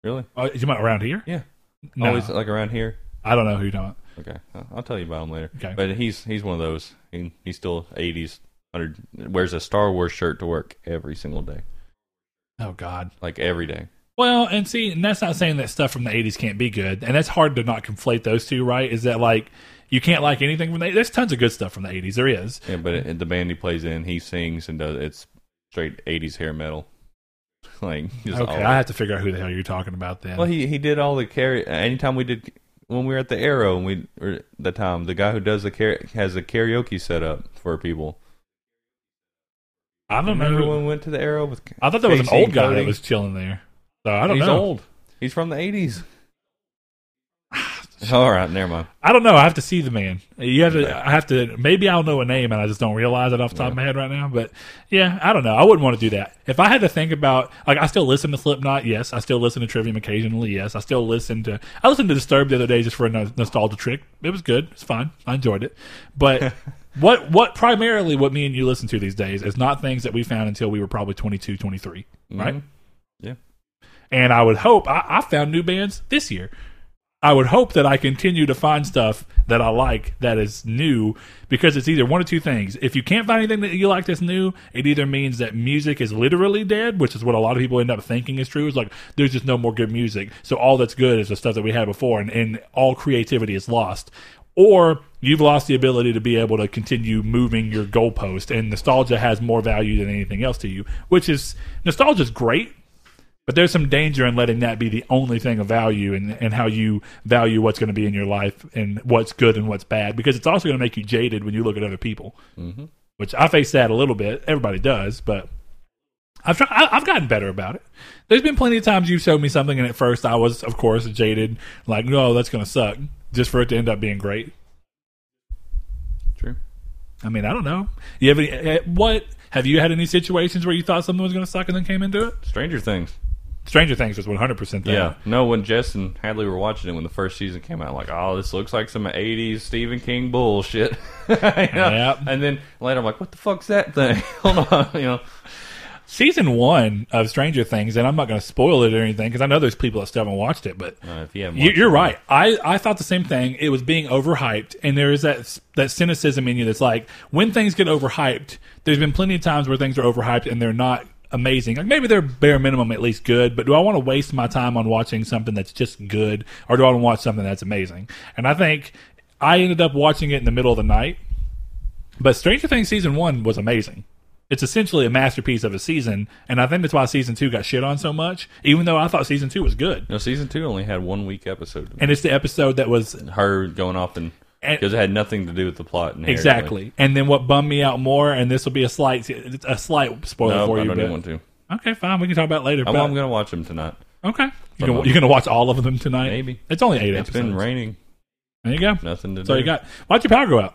Really? Oh, you might around here? Yeah. No, Always like around here. I don't know who you don't. Okay, I'll- I'll tell you about him later. Okay. But he's he's one of those. He, he's still eighties. Wears a Star Wars shirt to work every single day, Oh God. like every day. Well, and see, and that's not saying that stuff from the '80s can't be good, and that's hard to not conflate those two, right? Is that like you can't like anything from the? There's tons of good stuff from the '80s. There is. Yeah, but it, the band he plays in, he sings and does. It's straight eighties hair metal. Like just okay, all- I have to figure out who the hell you're talking about then. Well, he he did all the carry. Anytime we did when we were at the Arrow, and we or the time the guy who does the car- has a karaoke set up for people. I don't know. Remember who- when we went to the Arrow with? I thought that was an Casey old guy that Cody? was chilling there. So I don't He's know. old. He's from the eighties. all right, never mind. I don't know. I have to see the man. You have to. I have to. Maybe I'll know a name, and I just don't realize it off the top of my head right now. But yeah, I don't know. I wouldn't want to do that. If I had to think about, like, I still listen to Slipknot. Yes, I still listen to Trivium occasionally. Yes, I still listen to. I listened to Disturbed the other day just for a no- nostalgia trick. It was good. It's fine. I enjoyed it. But what what primarily what me and you listen to these days is not things that we found until we were probably 22, 23, right? Mhm. Yeah. And I would hope I, I found new bands this year. I would hope that I continue to find stuff that I like that is new because it's either one of two things. If you can't find anything that you like that's new, it either means that music is literally dead, which is what a lot of people end up thinking is true. Is like there's just no more good music, so all that's good is the stuff that we had before, and, and all creativity is lost. Or you've lost the ability to be able to continue moving your goalpost, and nostalgia has more value than anything else to you, which is nostalgia's great But there's some danger in letting that be the only thing of value and, and how you value what's going to be in your life and what's good and what's bad because it's also going to make you jaded when you look at other people, Mhm. which I face that a little bit. Everybody does, but I've tried, I, I've gotten better about it. There's been plenty of times you showed me something, and at first I was, of course, jaded, like, no, that's going to suck, just for it to end up being great. True. I mean, I don't know. You have any? eh, What have you had any situations where you thought something was going to suck and then came into it? Stranger Things. Stranger Things was 100 percent that. Yeah. No, when Jess and Hadley were watching it when the first season came out, I'm like, oh, this looks like some 80s Stephen King bullshit. You know? Yep. And then later I'm like, what the fuck's that thing? Hold on. You know, Season one of Stranger Things, and I'm not going to spoil it or anything because I know there's people that still haven't watched it, but. Uh, if you haven't You- watched You're it, right. I, I thought the same thing. It was being overhyped, and there is that that cynicism in you that's like, when things get overhyped, there's been plenty of times where things are overhyped and they're not amazing. Like maybe they're bare minimum at least good, but do I want to waste my time on watching something that's just good, or do I want to watch something that's amazing? And I think I ended up watching it in the middle of the night. But Stranger Things season one was amazing. It's essentially a masterpiece of a season, and I think that's why season two got shit on so much. Even though I thought season two was good, No, season two only had one week episode. and it's the episode that was her going off and And- because it had nothing to do with the plot. inherently. Exactly. And then what bummed me out more, and this will be a slight a slight spoiler No, for I you. don't but, even want to. Okay, fine. We can talk about it later. I'm, but- I'm going to watch them tonight. okay. You can, I'll- you're going to watch all of them tonight. Maybe. It's only eight It's episodes. been raining. There you go. Nothing to So do. you got. Why'd your power go out?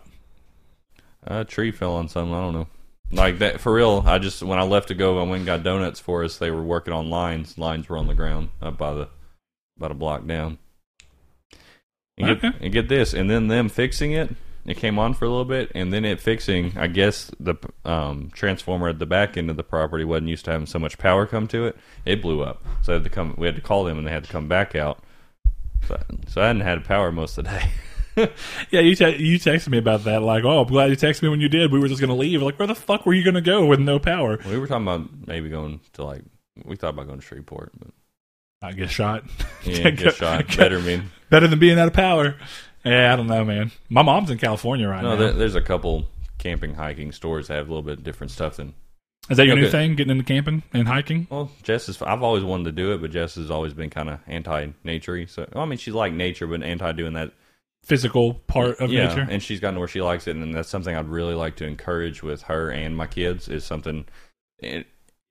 A tree fell on something. I don't know. Like that for real. I just when I left to go, I went and got donuts for us. They were working on lines. Lines were on the ground up by the about a block down. And get, Okay. and get this, and then them fixing it. It came on for a little bit, and then it fixing. I guess the um, transformer at the back end of the property wasn't used to having so much power come to it. It blew up, so I had to come. We had to call them, and they had to come back out. So, so I hadn't had power most of the day. Yeah, you te- you texted me about that. Like, oh, I'm glad you texted me when you did. We were just going to leave. Like, where the fuck were you going to go with no power? We were talking about maybe going to like we thought about going to Shreveport, but I get shot. yeah, good shot. Better mean Better than being out of power. Yeah, I don't know, man. My mom's in California right no. now. There, there's a couple camping, hiking stores that have a little bit different stuff than Is that your new okay. thing? Getting into camping and hiking? well, Jess is. I've always wanted to do it, but Jess has always been kind of anti nature. So well, I mean, she's like nature, but anti doing that. Physical part of yeah, nature? and she's gotten to where she likes it, and that's something I'd really like to encourage with her and my kids. Is something, it,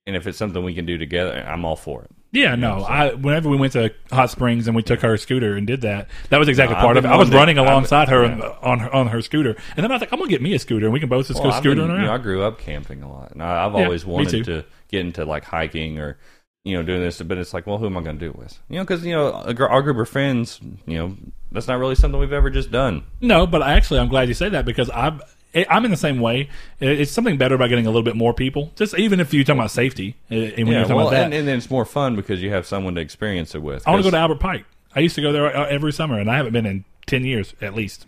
and if it's something we can do together, I'm all for it. Yeah, no. I whenever we went to Hot Springs and we took her scooter and did that, that was exactly No, I've part of it. been I was wanting running to- I've- alongside her yeah. on on her, on her scooter, and then I was like, "I'm gonna get me a scooter, and we can both just Well, go I've been- scootering you know, I around." grew up camping a lot, and I, I've Yeah, always me wanted too. to get into like hiking or you know doing this. But it's like, well, who am I going to do it with? You know, because you know a gr- our group of friends, you know, that's not really something we've ever just done. No, but actually, I'm glad you say that because I'm I- I'm in the same way. It- It's something better about getting a little bit more people. Just even if you're talking about safety, uh, and when you're talking well, about that, and, and then it's more fun because you have someone to experience it with. I want to 'Cause- go to Albert Pike. I used to go there uh, every summer, and I haven't been in ten years at least.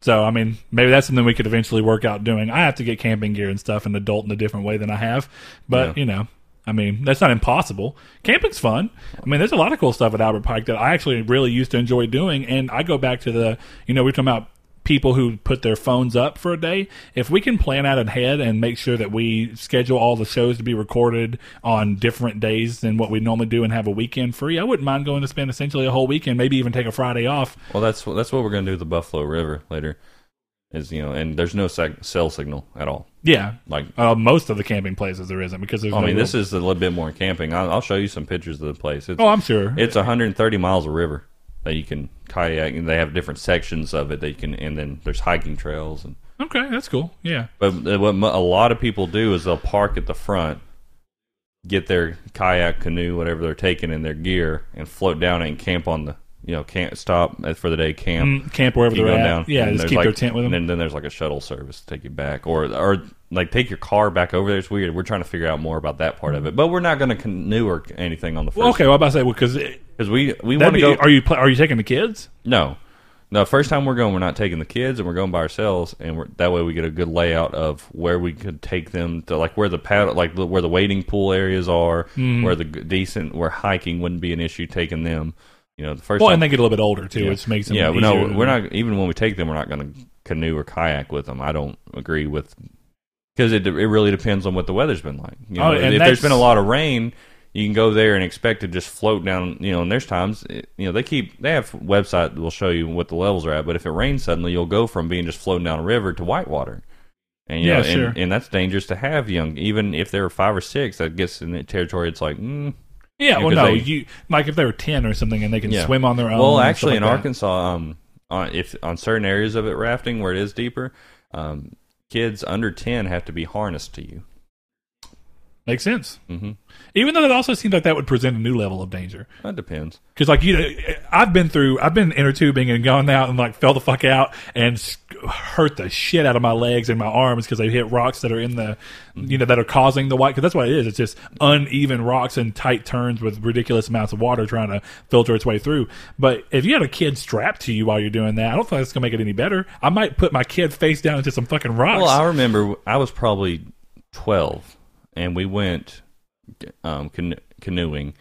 So I mean, maybe that's something we could eventually work out doing. I have to get camping gear and stuff and adult in a different way than I have, but Yeah. you know, I mean, that's not impossible. Camping's fun. I mean, there's a lot of cool stuff at Albert Pike that I actually really used to enjoy doing, and I go back to the you know we we're talking about people who put their phones up for a day if we can plan out ahead and make sure that we schedule all the shows to be recorded on different days than what we normally do and have a weekend free i wouldn't mind going to spend essentially a whole weekend maybe even take a friday off Well, that's what- that's what we're going to do with the Buffalo River later. Is you know, and there's no sec- cell signal at all. yeah Like, uh, most of the camping places Oh, there isn't because there's Oh, I no mean, real- this is a little bit more camping. I'll, I'll show you some pictures of the place. It's oh i'm sure It's 130 miles of river that you can kayak, and they have different sections of it that you can, and then there's hiking trails. And okay that's cool yeah but uh, what mo- a lot of people do is they'll park at the front, get their kayak, canoe, whatever they're taking, and their gear, and float down and camp on the you know can't stop at- for the day camp. Mm, camp wherever You they're go at down, yeah and just there's keep like- their tent with them And then, then there's like a shuttle service to take you back, or or like take your car back over there. It's weird. We're trying to figure out more about that part of it, but we're not going to canoe or anything on the first. well, okay well, i was about to say because because we we well, want to be, go. are you pla are you taking the kids No. No, first time we're going, we're not taking the kids, and we're going by ourselves, and we're, that way we get a good layout of where we could take them to, like where the paddle, like the- where the wading pool areas are, where the g- decent, where hiking wouldn't be an issue taking them. You know, the first well time, and they get a little bit older too which makes them yeah, easier no, to- we're not even when we take them, we're not going to canoe or kayak with them. I don't agree with because it de- it really depends on what the weather's been like. You know, Oh, and if there's that's- been a lot of rain, you can go there and expect to just float down. You know, and there's times it- you know they keep they have website that will show you what the levels are at. But if it rains suddenly, you'll go from being just floating down a river to whitewater. And you Yeah, know, and, sure. and that's dangerous to have young, even if they're five or six. That gets in the territory. It's like, mm, Yeah, well, because no, they- you like if they were ten or something and they can Yeah. swim on their own. Well, and actually, in stuff like that. Arkansas, um, on, if on certain areas of it, rafting where it is deeper, um, kids under ten have to be harnessed to you. makes sense. Mhm. Even though it also seems like that would present a new level of danger. That depends. Because like you, I've been through, I've been inner tubing and gone out and like fell the fuck out and sc- hurt the shit out of my legs and my arms because they hit rocks that are in the, you know, that are causing the white. Because that's what it is. It's just uneven rocks and tight turns with ridiculous amounts of water trying to filter its way through. But if you had a kid strapped to you while you're doing that, I don't think that's gonna make it any better. I might put my kid face down into some fucking rocks. Well, I remember I was probably twelve, and we went um, cano- canoeing,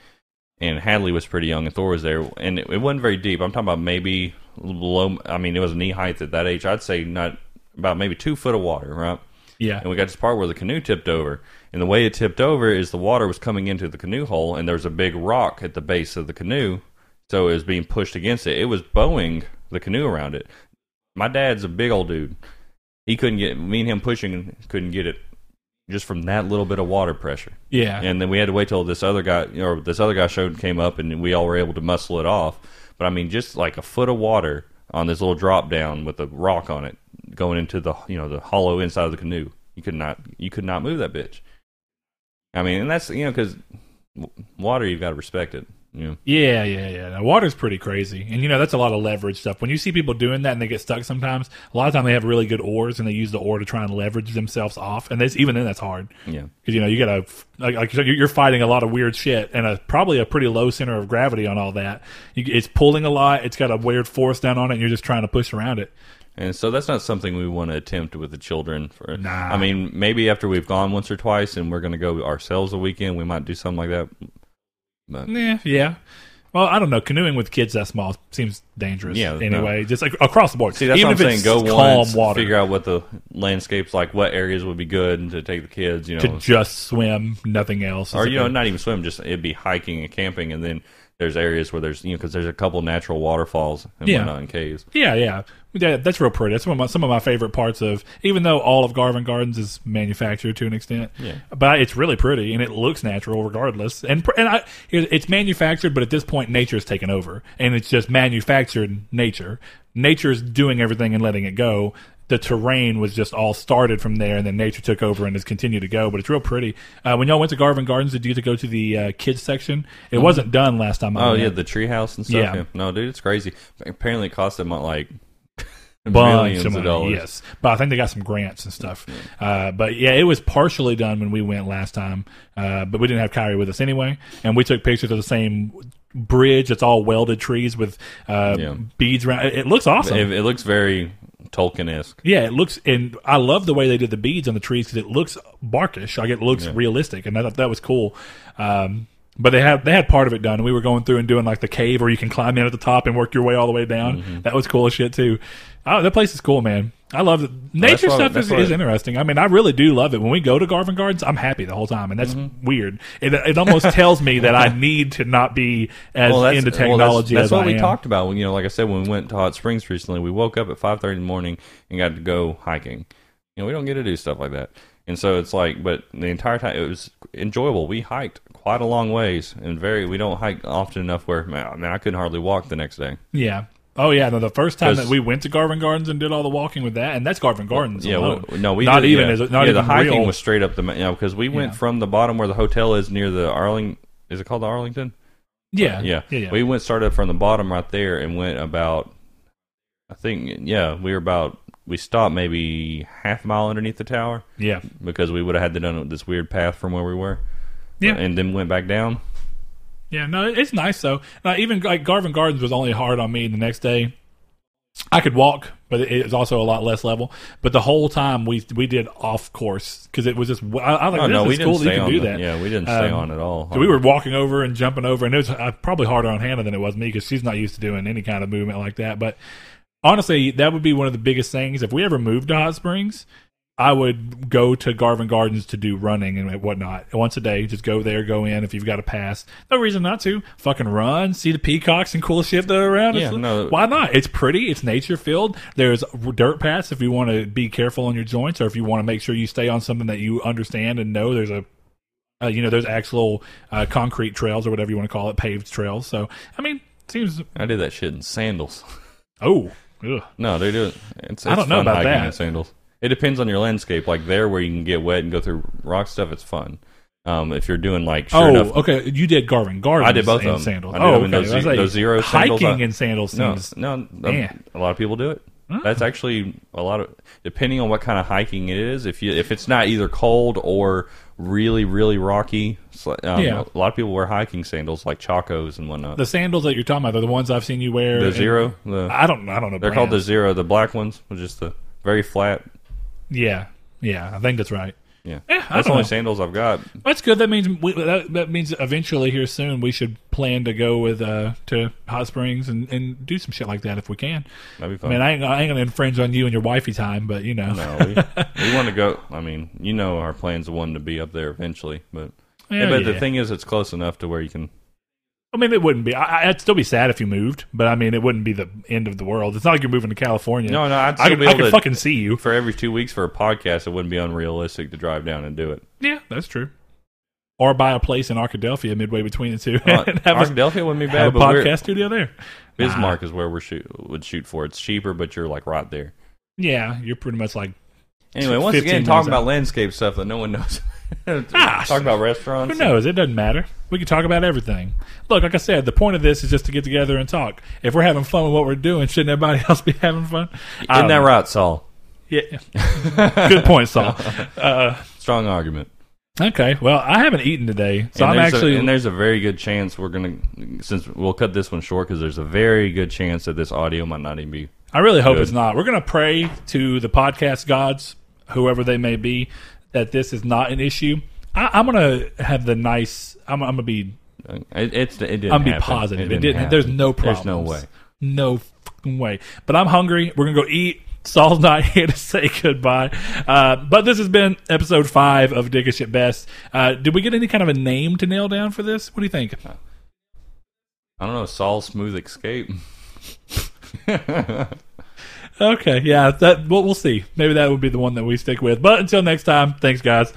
and Hadley was pretty young, and Thor was there, and it, it wasn't very deep. I'm talking about maybe below. I mean, it was knee height at that age. I'd say not about maybe two foot of water, right? yeah. And we got to this part where the canoe tipped over. And the way it tipped over is the water was coming into the canoe hole, and there was a big rock at the base of the canoe. So it was being pushed against it. It was bowing the canoe around it. My dad's a big old dude. He couldn't get, me and him pushing couldn't get it just from that little bit of water pressure. yeah. And then we had to wait till this other guy, or this other guy showed came up, and we all were able to muscle it off. But I mean, just like a foot of water on this little drop down with a rock on it going into the you know the hollow inside of the canoe. You could not you could not move that bitch. I mean, and that's you know because water you've got to respect it. You know. Yeah, yeah, yeah. Now, water's pretty crazy, and you know that's a lot of leverage stuff. When you see people doing that and they get stuck, sometimes a lot of time they have really good oars and they use the oar to try and leverage themselves off, and that's even then that's hard Yeah. because you know you gotta like, like you said, you're you're fighting a lot of weird shit and a probably a pretty low center of gravity on all that. You, it's pulling a lot. It's got a weird force down on it, and you're just trying to push around it. And so that's not something we want to attempt with the children. For Nah. I mean, maybe after we've gone once or twice, and we're going to go ourselves a weekend, we might do something like that. But Yeah, yeah. Well, I don't know. Canoeing with kids that small seems dangerous. Yeah, no. Anyway, just like, across the board. See, that's Even if what I'm saying. it's Go calm once, water. figure out what the landscape's like, what areas would be good to take the kids, you to know, just swim, nothing else. or you know, not even swim, just it'd be hiking and camping, and then there's areas where there's you know, because there's a couple natural waterfalls and Yeah. whatnot and caves. Yeah, yeah. That, that's real pretty. That's one of my, some of my favorite parts of, even though all of Garvin Gardens is manufactured to an extent, Yeah. but it's really pretty and it looks natural regardless. And pr- and I, it- it's manufactured, but at this point, nature's taken over, and it's just manufactured nature. Nature's doing everything and letting it go. The terrain was just all started from there, and then nature took over and has continued to go. But it's real pretty. Uh, when y'all went to Garvin Gardens, did you to go to the uh, kids section? It wasn't done last time. I Mm-hmm. Oh went. yeah, the treehouse and stuff. Mm-hmm. Yeah. Yeah. no, dude, it's crazy. Apparently, it cost them like bunch millions of of, money, dollars. Yes, but I think they got some grants and stuff. Uh, but yeah, it was partially done when we went last time, uh, but we didn't have Kyrie with us anyway, and we took pictures of the same bridge. It's all welded trees with uh, Yeah. beads around. It, it looks awesome. It, it looks very Tolkien esque. yeah, it looks, and I love the way they did the beads on the trees because it looks barkish, like it looks realistic, and I thought that was cool. Um, but they had they had part of it done. and We were going through and doing like the cave where you can climb in at the top and work your way all the way down. Mm-hmm. That was cool as shit too. Oh, that place is cool, man. I love it. Nature why- stuff is, that's why- is interesting. I mean, I really do love it. When we go to Garvin Gardens, I'm happy the whole time, and that's Mm-hmm. weird. It, it almost tells me that I need to not be as into technology that's as what I we am. talked about. You know, like I said, when we went to Hot Springs recently, we woke up at five thirty in the morning and got to go hiking. You know, we don't get to do stuff like that, and so it's like, but the entire time it was enjoyable. We hiked quite a long ways, and very we don't hike often enough where man, man I couldn't hardly walk the next day. Yeah. Oh yeah, no. The first time 'Cause- that we went to Garvin Gardens and did all the walking with that, and that's Garvin Gardens. Yeah, alone. well, no, we not did- even yeah. as not yeah, even the hiking real. was straight up the ma- you know because we went Yeah. from the bottom where the hotel is near the Arling. Is it called the Arlington? yeah, yeah. yeah, yeah. We went started from the bottom right there and went about I think yeah, we were about we stopped maybe half mile underneath the tower yeah. because we would have had to done this weird path from where we were. Yeah. And then went back down. Yeah, no, it's nice though. Now, even like Garvin Gardens was only hard on me the next day. I could walk, but it it was also a lot less level. But the whole time we we did off course because it was just I, I like Oh this no, is we didn't cool that stay you can on do the- that. Yeah, we didn't stay Um, on at all. So we were walking over and jumping over, and it was uh, probably harder on Hannah than it was me because she's not used to doing any kind of movement like that. But honestly, that would be one of the biggest things. If we ever moved to Hot Springs, I would go to Garvin Gardens to do running and whatnot once a day. Just go there, go in if you've got a pass. No reason not to. Fucking run, see the peacocks and cool shit that are around. Yeah, It's- no. Why not? It's pretty. It's nature filled. There's dirt paths if you want to be careful on your joints or if you want to make sure you stay on something that you understand and know. There's a uh, you know, there's actual uh, concrete trails or whatever you want to call it, paved trails. So, I mean, seems I did that shit in sandals. oh, ugh. No, they do. It's, it's I don't know fun about hiking that. in sandals. It depends on your landscape. Like there, where you can get wet and go through rock stuff, it's fun. Um, if you're doing like sure oh, enough, okay, you did Garvin Gardens. I did both in of them. Sandals. I did oh, them okay. in those I was ze- like, those zero sandals. hiking I- in sandals no, seems Mm. no, um, Yeah. a lot of people do it. That's actually a lot of depending on what kind of hiking it is. If you if it's not either cold or really really rocky, it's like, um, Yeah. a lot of people wear hiking sandals like chacos and whatnot. the Ah, sandals that you're talking about are the ones I've seen you wear. The and- zero, the, I don't. I don't know. they're called the brands. zero. The black ones, which is the very flat. Yeah, yeah. I think that's right. Yeah, Eh, I don't that's the only know. sandals I've got. That's good. That means we, that, that means eventually here soon we should plan to go with uh to hot springs and, and do some shit like that if we can. That'd be I fun. mean, I ain't, I ain't gonna infringe on you and your wifey time, but you know, No, we, we want to go. I mean, you know, our plans one to be up there eventually, but Yeah, but yeah. the thing is, it's close enough to where you can. I mean, it wouldn't be. I, I'd still be sad if you moved, but I mean, it wouldn't be the end of the world. It's not like you're moving to California. No, no, I'd still I could, be I able could to- fucking see you. For every two weeks for a podcast, it wouldn't be unrealistic to drive down and do it. Yeah, that's true. Or buy a place in Arkadelphia midway between the two Uh, and have, a, Arkadelphia wouldn't be have bad, a but we're- podcast studio there. Bismarck is where we shoot would shoot for. It's cheaper, but you're like right there. Yeah, you're pretty much like Anyway, once 15 again, talking minutes about out. landscape stuff that no one knows. Ah, Uh, Talk about restaurants. who knows? It doesn't matter. We can talk about everything. Look, like I said, the point of this is just to get together and talk. If we're having fun with what we're doing, shouldn't everybody else be having fun? I Isn't don't that know. right, Saul? Yeah. Good point, Saul. Strong argument. Okay. Well, I haven't eaten today, so I'm there's actually a, and there's a very good chance we're gonna since we'll cut this one short because there's a very good chance that this audio might not even be I really hope Good. it's not. We're going to pray to the podcast gods, whoever they may be, that this is not an issue. I, I'm going to have the nice. I'm, I'm going to be. uh, It, it's it didn't. I'm gonna be happen. positive. It didn't. happen. there's no problem. There's no way. No fucking way. But I'm hungry. We're gonna go eat. Saul's not here to say goodbye. Uh, but this has been episode five of Dick a Shit Best. Uh, did we get any kind of a name to nail down for this? What do you think? Uh, I don't know. Saul smooth escape. Okay, yeah, that we'll, we'll see. Maybe that would be the one that we stick with. But until next time, thanks guys.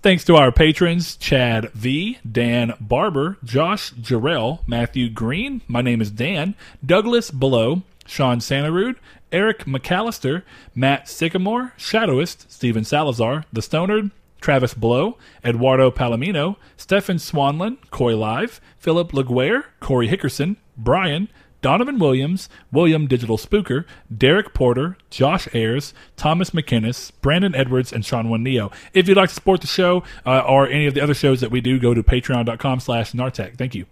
Thanks to our patrons Chad V, Dan Barber, Josh Jarrell, Matthew Green. My name is Dan. Douglas Below, Sean Santarud, Eric McAllister, Matt Sycamore, Shadowist, Steven Salazar, The Stonard, Travis Blow, Eduardo Palomino, Stefan Swanlin, Coy Live, Philip LaGuerre, Corey Hickerson, Brian, Donovan Williams, William Digital Spooker, Derek Porter, Josh Ayers, Thomas McKinnis, Brandon Edwards, and Sean One Neo. If you'd like to support the show uh, or any of the other shows that we do, go to patreon.com slash Nartec. Thank you.